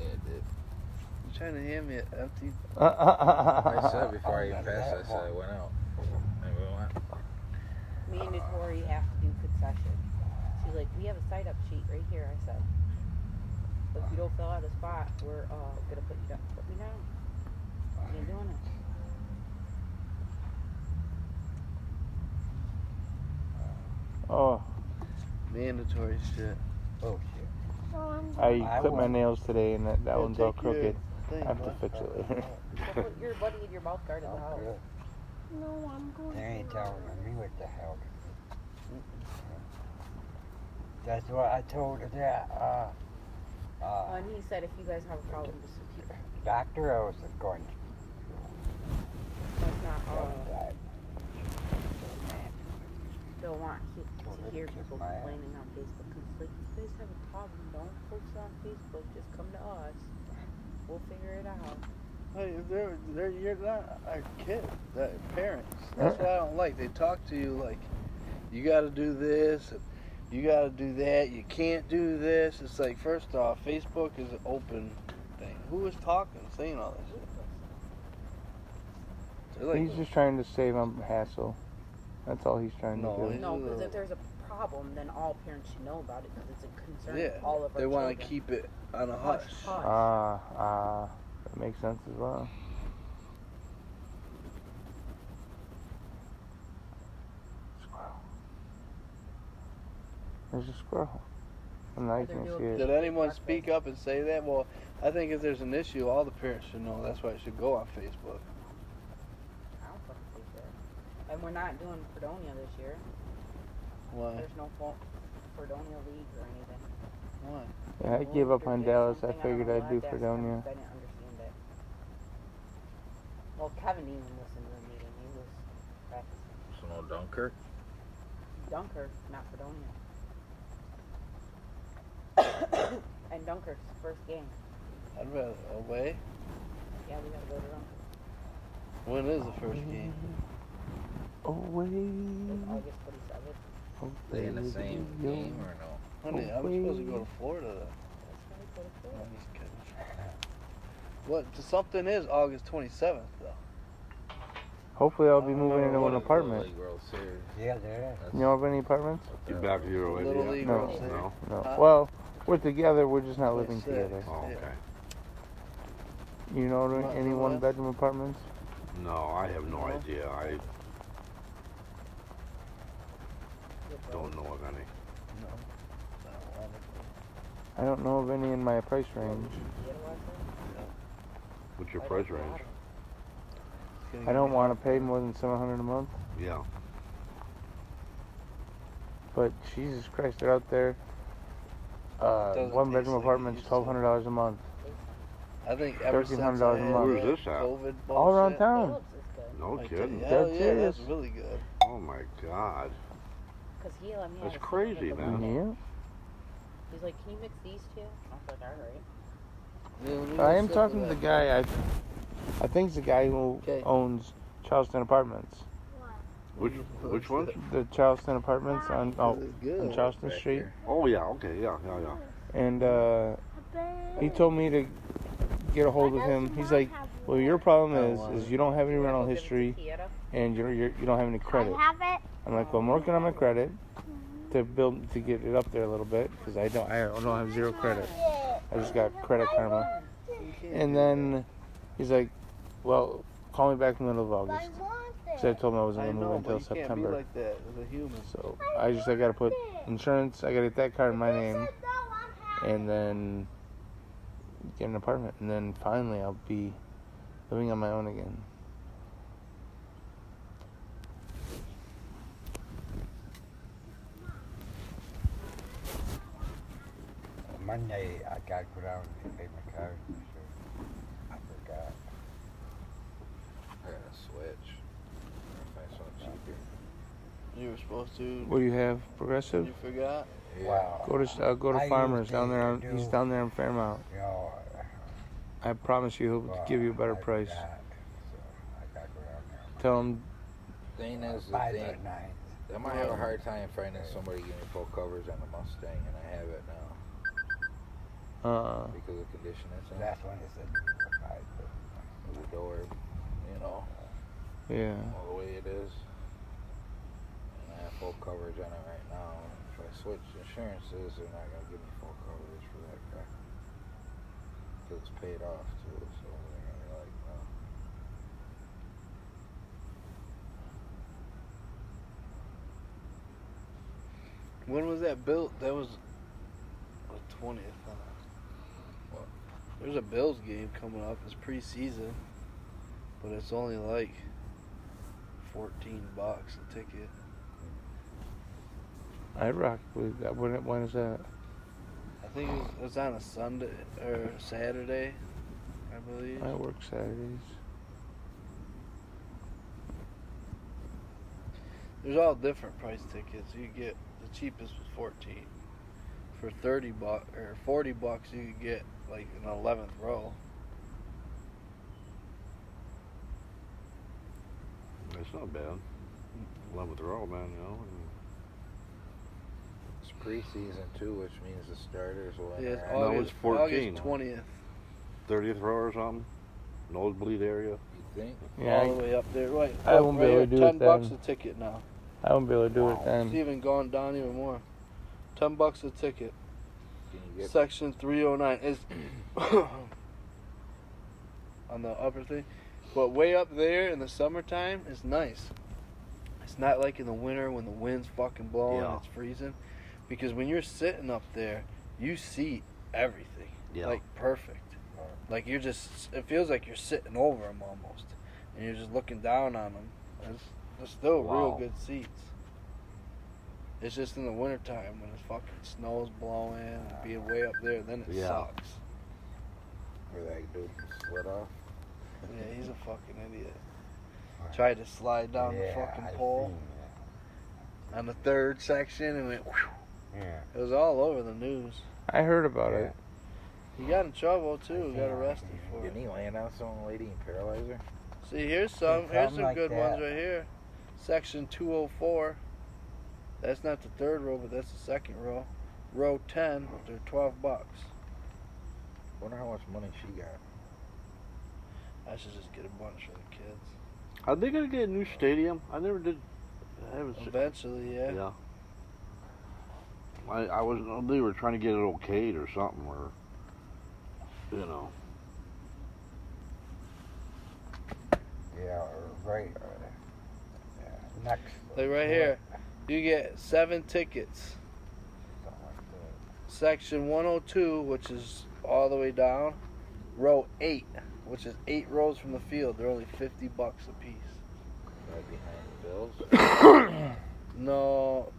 Yeah, it did.
You trying to hand me an empty?
I
[laughs]
said before I even passed, I said I went out. And we went.
Me and Tori have to do concession. She's like, we have a sign up sheet right here. I said, but if you don't fill out a spot, we're uh, gonna put you down. Put me down. You ain't doing it.
Oh,
Mandatory shit.
Oh, shit.
So I'm
I clipped my
won't.
nails today, and that, that one's all
take your
crooked.
thing,
I have to
bud.
fix it later. [laughs]
Don't put your buddy in your mouth guard in the house.
Good.
no, I'm going.
They ain't
to-
telling me what the hell to do. That's what I told that uh,
Uh,
uh,
and he said, if you guys have a problem, just keep.
Dr. O's is going to
That's not all.
that.
The still want he- to hear people complaining on Facebook. 'cause it's like, you guys have a problem. Don't post it on Facebook. Just come to us. We'll figure it out.
Hey, they're, they're, you're not a kid, the parents. That's what I don't like. They talk to you like, you got to do this, and you got to do that, you can't do this. It's like, first off, Facebook is an open thing. Who is talking, saying all this shit? They're like,
He's just trying to save on hassle. That's all he's trying to do. Ah,
No, because if there's a problem, then all parents should know about it because it's a concern
yeah,
of all of our
they wanna
children.
keep it on a
Hush,
hush.
hush.
Ah, ah, that makes sense as well. Squirrel. There's a squirrel. And I can see it.
Did anyone speak up and say that? Well, I think if there's an issue, all the parents should know. That's why it should go on Facebook.
I don't fucking think that. And we're not doing Fredonia this year.
Why?
There's no fault Fredonia League or anything.
Why?
Yeah, I gave up on Dallas. I figured I'd do
I
Fredonia.
didn't understand it. Well, Kevin didn't even listened to the meeting. He was practicing.
no dunker.
Dunker, not Fredonia. [coughs] and Dunker's first game.
I'd rather away.
Yeah, we gotta go to Dunker.
When is the first game?
Away.
August 27th.
They in the same game or no?
Honey, I'm supposed to go to Florida. Though. No, I'm just kidding. What? to Something is August 27th though.
Hopefully, I'll be moving into an apartment.
Yeah, there it
You know of any apartments?
You're back here already.
Little
yeah?
League
No,
World
no,
Series.
no.
Uh,
Huh?
Well, we're together. We're just not living
Six,
together.
Oh, okay.
You know of
Not
any
the
one
West?
bedroom apartments?
No, I have no idea. I don't know of any.
I don't know of any in my price range.
What's your price range?
Mm.
I don't want to pay more than seven hundred a month.
Yeah.
But Jesus Christ, they're out there. Uh,
Doesn't
one bedroom apartments, twelve hundred dollars a month,
I think ever
thirteen
since
hundred dollars a
I had that
month.
COVID
All
bullshit-
around town.
No
Like,
kidding.
Hell
Dead
yeah, that's
serious.
really good.
Oh my God.
Because he let me
That's
have a sandwich
crazy,
of
man.
Yeah.
He's like, can you mix these two? I was like, alright.
I am talking to the guy. I, I think it's the guy who owns Charleston Apartments.
Which which one?
The Charleston Apartments on oh, on
good.
Charleston
Back
Street.
Oh yeah. Okay. Yeah. Yeah. Yeah.
and uh, he told me to get a hold of him. He's like, "Well, your problem is is you don't have any rental history, and you're, you're you don't have any credit."
it.
I'm like, "Well, I'm working on my credit to build to get it up there a little bit because I don't I don't have zero credit. I just got credit karma." And then he's like, "Well, call me back in the middle of August." Because I told him I wasn't
I
gonna move
know, but
until
you can't be
September.
like that as a human.
So I just I gotta put insurance. I gotta get that card in my name, and then get an apartment, and then finally I'll be living on my own again.
is. Monday, I gotta go down and pay my car. I forgot.
I gotta switch. If I saw cheaper.
You were supposed to.
What do you have? Progressive.
You forgot.
Wow.
Go to uh, go to
I
Farmers
used
down there.
to
On, he's
do-
down there in Fairmount.
You know, I-
I promise you, he'll give you a better price.
I gotta go down there.
Tell him
Thing is, the
By the
thing,
ninth.
I might have a hard time finding somebody to give me full covers on the Mustang, and I have it now.
uh,
Because of condition it's in.
That's when it's
in. The door, you know,
yeah.
all the way it is. And I have full coverage on it right now. If I switch insurances, they're not going to give me full coverage for that car. Because it's paid off, too, so they're going to be like, no.
When was that built? That was the twentieth. Huh? There's a Bills game coming up. It's preseason, but it's only like fourteen bucks a ticket.
I rock with that. When when is that?
I think it's, it's on a Sunday or Saturday, I believe.
I work Saturdays.
There's all different price tickets. You get the cheapest was 14. For 30 bucks or 40 bucks, you could get like an 11th row.
It's not bad. Love with the roll, man. You know.
It's preseason too, which means the starters will.
Yeah, it's
have-
No, it's
August,
14.
August 20th.
Thirtieth row or something. Nosebleed area.
You think?
Yeah,
all the way up there, right?
I
right
won't be able
here,
to do
10
it
bucks a
then.
ticket now.
I won't be able to do it
It's
then.
even gone down even more. 10 bucks a ticket.
get-
Section 309 is [coughs] on the upper thing. But way up there in the summertime, it's nice. It's not like in the winter when the wind's fucking blowing and
Yeah.
it's freezing. Because when you're sitting up there, you see everything.
Yeah.
Like perfect. Like you're just, it feels like you're sitting over them almost. And you're just looking down on them. It's, it's still real
Wow.
good seats. It's just in the wintertime when the fucking snow's blowing and being way up there, then it
Yeah.
sucks.
Where that dude can split off.
Yeah, he's a fucking idiot. Tried to slide down
Yeah,
the fucking
I've
pole on the third section and went. Whew.
Yeah.
It was all over the news.
I heard about it.
He got in trouble too. Got arrested for it.
Didn't he land on some lady and paralyze her?
See, here's some. Here's
come
some
like
good
that.
ones right here. Section 204. That's not the third row, but that's the second row. Row 10. They're 12 bucks.
Wonder how much money she got.
I should just get a bunch for the kids.
Are they gonna get a new stadium? I never did. I haven't. seen-
Eventually, yeah.
Yeah. I, I was they were trying to get it okayed or something or you know
Yeah, or right. Or, yeah, next.
Like right here, you get seven tickets. Section 102, which is all the way down. Row 8, which is eight rows from the field. They're only 50 bucks a piece.
Right behind the Bills.
[coughs] No,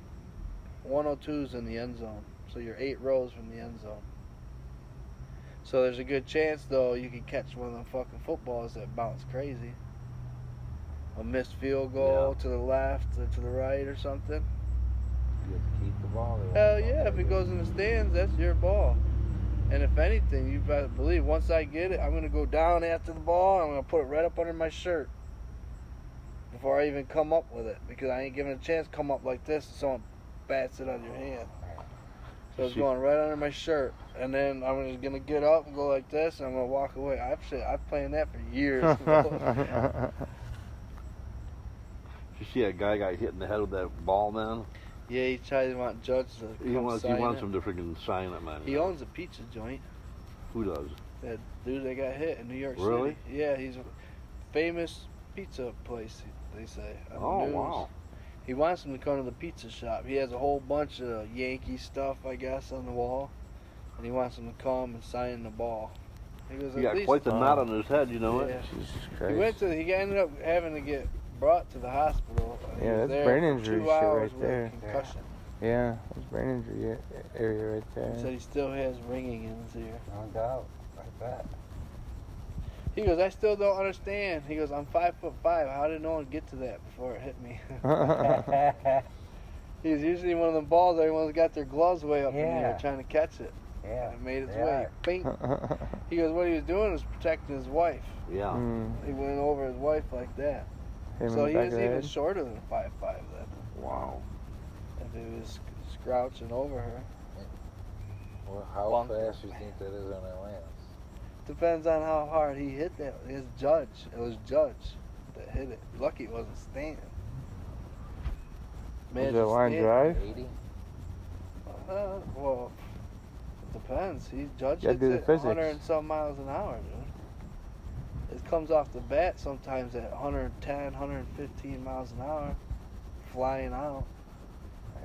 102's in the end zone. So you're eight rows from the end zone. So there's a good chance, though, you could catch one of them fucking footballs that bounce crazy. A missed field goal to the left or to the right or something.
You have to keep the ball. they
Hell
won't
yeah, if it goes in the stands, that's your ball. And if anything, you better believe once I get it, I'm gonna go down after the ball and I'm gonna put it right up under my shirt. Before I even come up with it. Because I ain't given a chance to come up like this and someone bats it out of your hand. So it's
See-
going right under my shirt. And then I'm just gonna get up and go like this and I'm gonna walk away. I've shit I've played that for years.
[laughs]
[laughs]
you see that guy got hit in the head with that ball man
yeah, he tried to want judge to
he
come
wants he
sign
wants
it.
him to freaking sign it man
He owns a pizza joint.
who does
That dude that got hit in New York
Really?
City. Yeah, he's a famous pizza place, they say. on the
Oh,
news.
wow.
He wants him to come to the pizza shop. He has a whole bunch of Yankee stuff, I guess, on the wall. And he wants him to come and sign the ball. He goes,
he
"At
got
least-
quite the knot on his head you know
Yeah.
it
Jesus
He went to, he ended up having to get brought to the hospital. and he
Yeah,
was
that's
there
brain
for
injury
two
shit
hours
right
with a
there.
Concussion.
Yeah, that's brain injury a- area right
He
[laughs]
said
there.
he still has ringing in his ear.
No doubt. I bet.
He goes, I still don't understand. He goes, I'm five foot five. How did no one get to that before it hit me? [laughs] He's usually one of the balls everyone's got their gloves way up in the air
Yeah.
trying to catch it.
Yeah.
And it made its
they
way.
are. [laughs]
Bing. He goes, what he was doing was protecting his wife.
yeah
Mm.
He went over his wife like that.
Hit him in
so
the
he
back
was
of the
even
head?
shorter than five five then.
wow
If he was scrouching over her.
Well, how fast you think that is on that land?
Depends on how hard he hit that. His judge. It was judge that hit it. Lucky it wasn't standing.
Was
Imagine
it line
Stan-
drive?
80?
Uh, well, it depends. He judges
Gotta
it
do the
at 100
physics.
and some miles an hour, dude. It comes off the bat sometimes at 110, 115 miles an hour, flying out.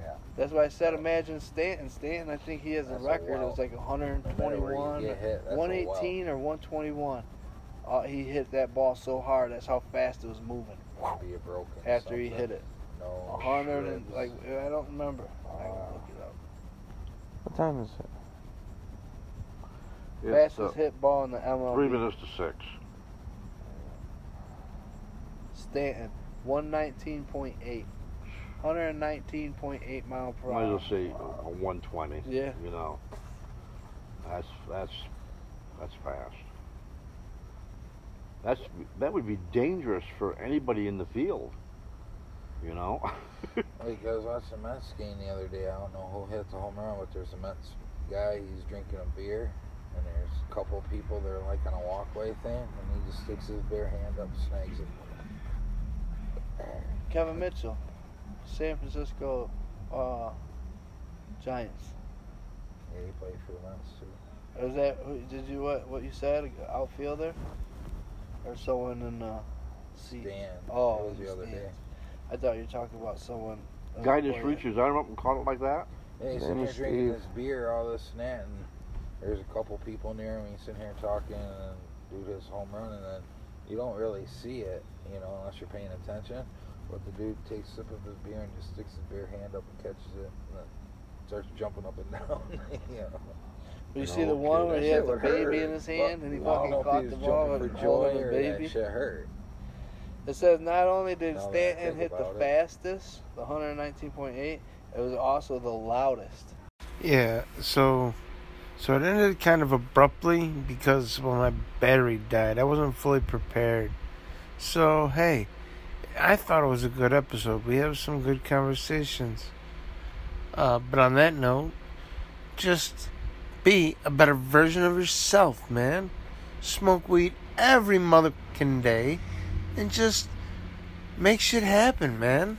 Yeah.
That's why I said, imagine Stanton. Stanton, I think he has
That's
a
a
record. It was
wild-
like
No matter where
121,
you get hit, that's a wild-
118 or 121. Uh, he hit that ball so hard. That's how fast it was moving
That'd be a broken.
after he hit
something.
it.
No.
100 and
shreds.
like I don't remember. I gotta look it up.
What time is it?
It's, uh,
Fastest hit ball in the MLB.
three minutes to six
Stanton, 119.8. 119.8 mile per
Might
hour.
as well say a 120.
Yeah.
You know, that's that's that's fast. That's that would be dangerous for anybody in the field. You know. [laughs]
Like I was watching a Mets game the other day. I don't know who hit the home run, but there's a Mets guy. He's drinking a beer, and there's a couple of people that are like on a walkway thing, and he just sticks his bare hand up, and snags it.
Kevin Mitchell, San Francisco uh, Giants.
Yeah, he played for the Mets too.
Is that who- did you what what you said outfielder or someone in uh, seats?
Stand.
Oh,
That was the other
stands.
day.
I thought you were talking about someone. a
Guy just
player.
reached his arm up and caught it like that.
Yeah, he's Oh, sitting there drinking this beer, all this and that, and there's a couple people near him. He's sitting here talking and dude hits home run, and then you don't really see it, you know, unless you're paying attention. But the dude takes a sip of his beer and just sticks his bare hand up and catches it, and then starts jumping up and [laughs] down. you know.
But you see the one where he had
That
the
shit would
baby
hurt.
in his hand and he
Well, I
fucking
don't know if he
caught
was
the ball
jumping
and
for
holding
joy
the
or that
baby.
shit hurt.
It says not only did
Now that I
Stanton
think
hit the
about it.
fastest, the 119.8, it was also the loudest.
Yeah, so so it ended kind of abruptly because well my battery died. I wasn't fully prepared. So hey, I thought it was a good episode. We have some good conversations. Uh, but on that note, just be a better version of yourself, man. Smoke weed every motherfucking day, and just make shit happen, man.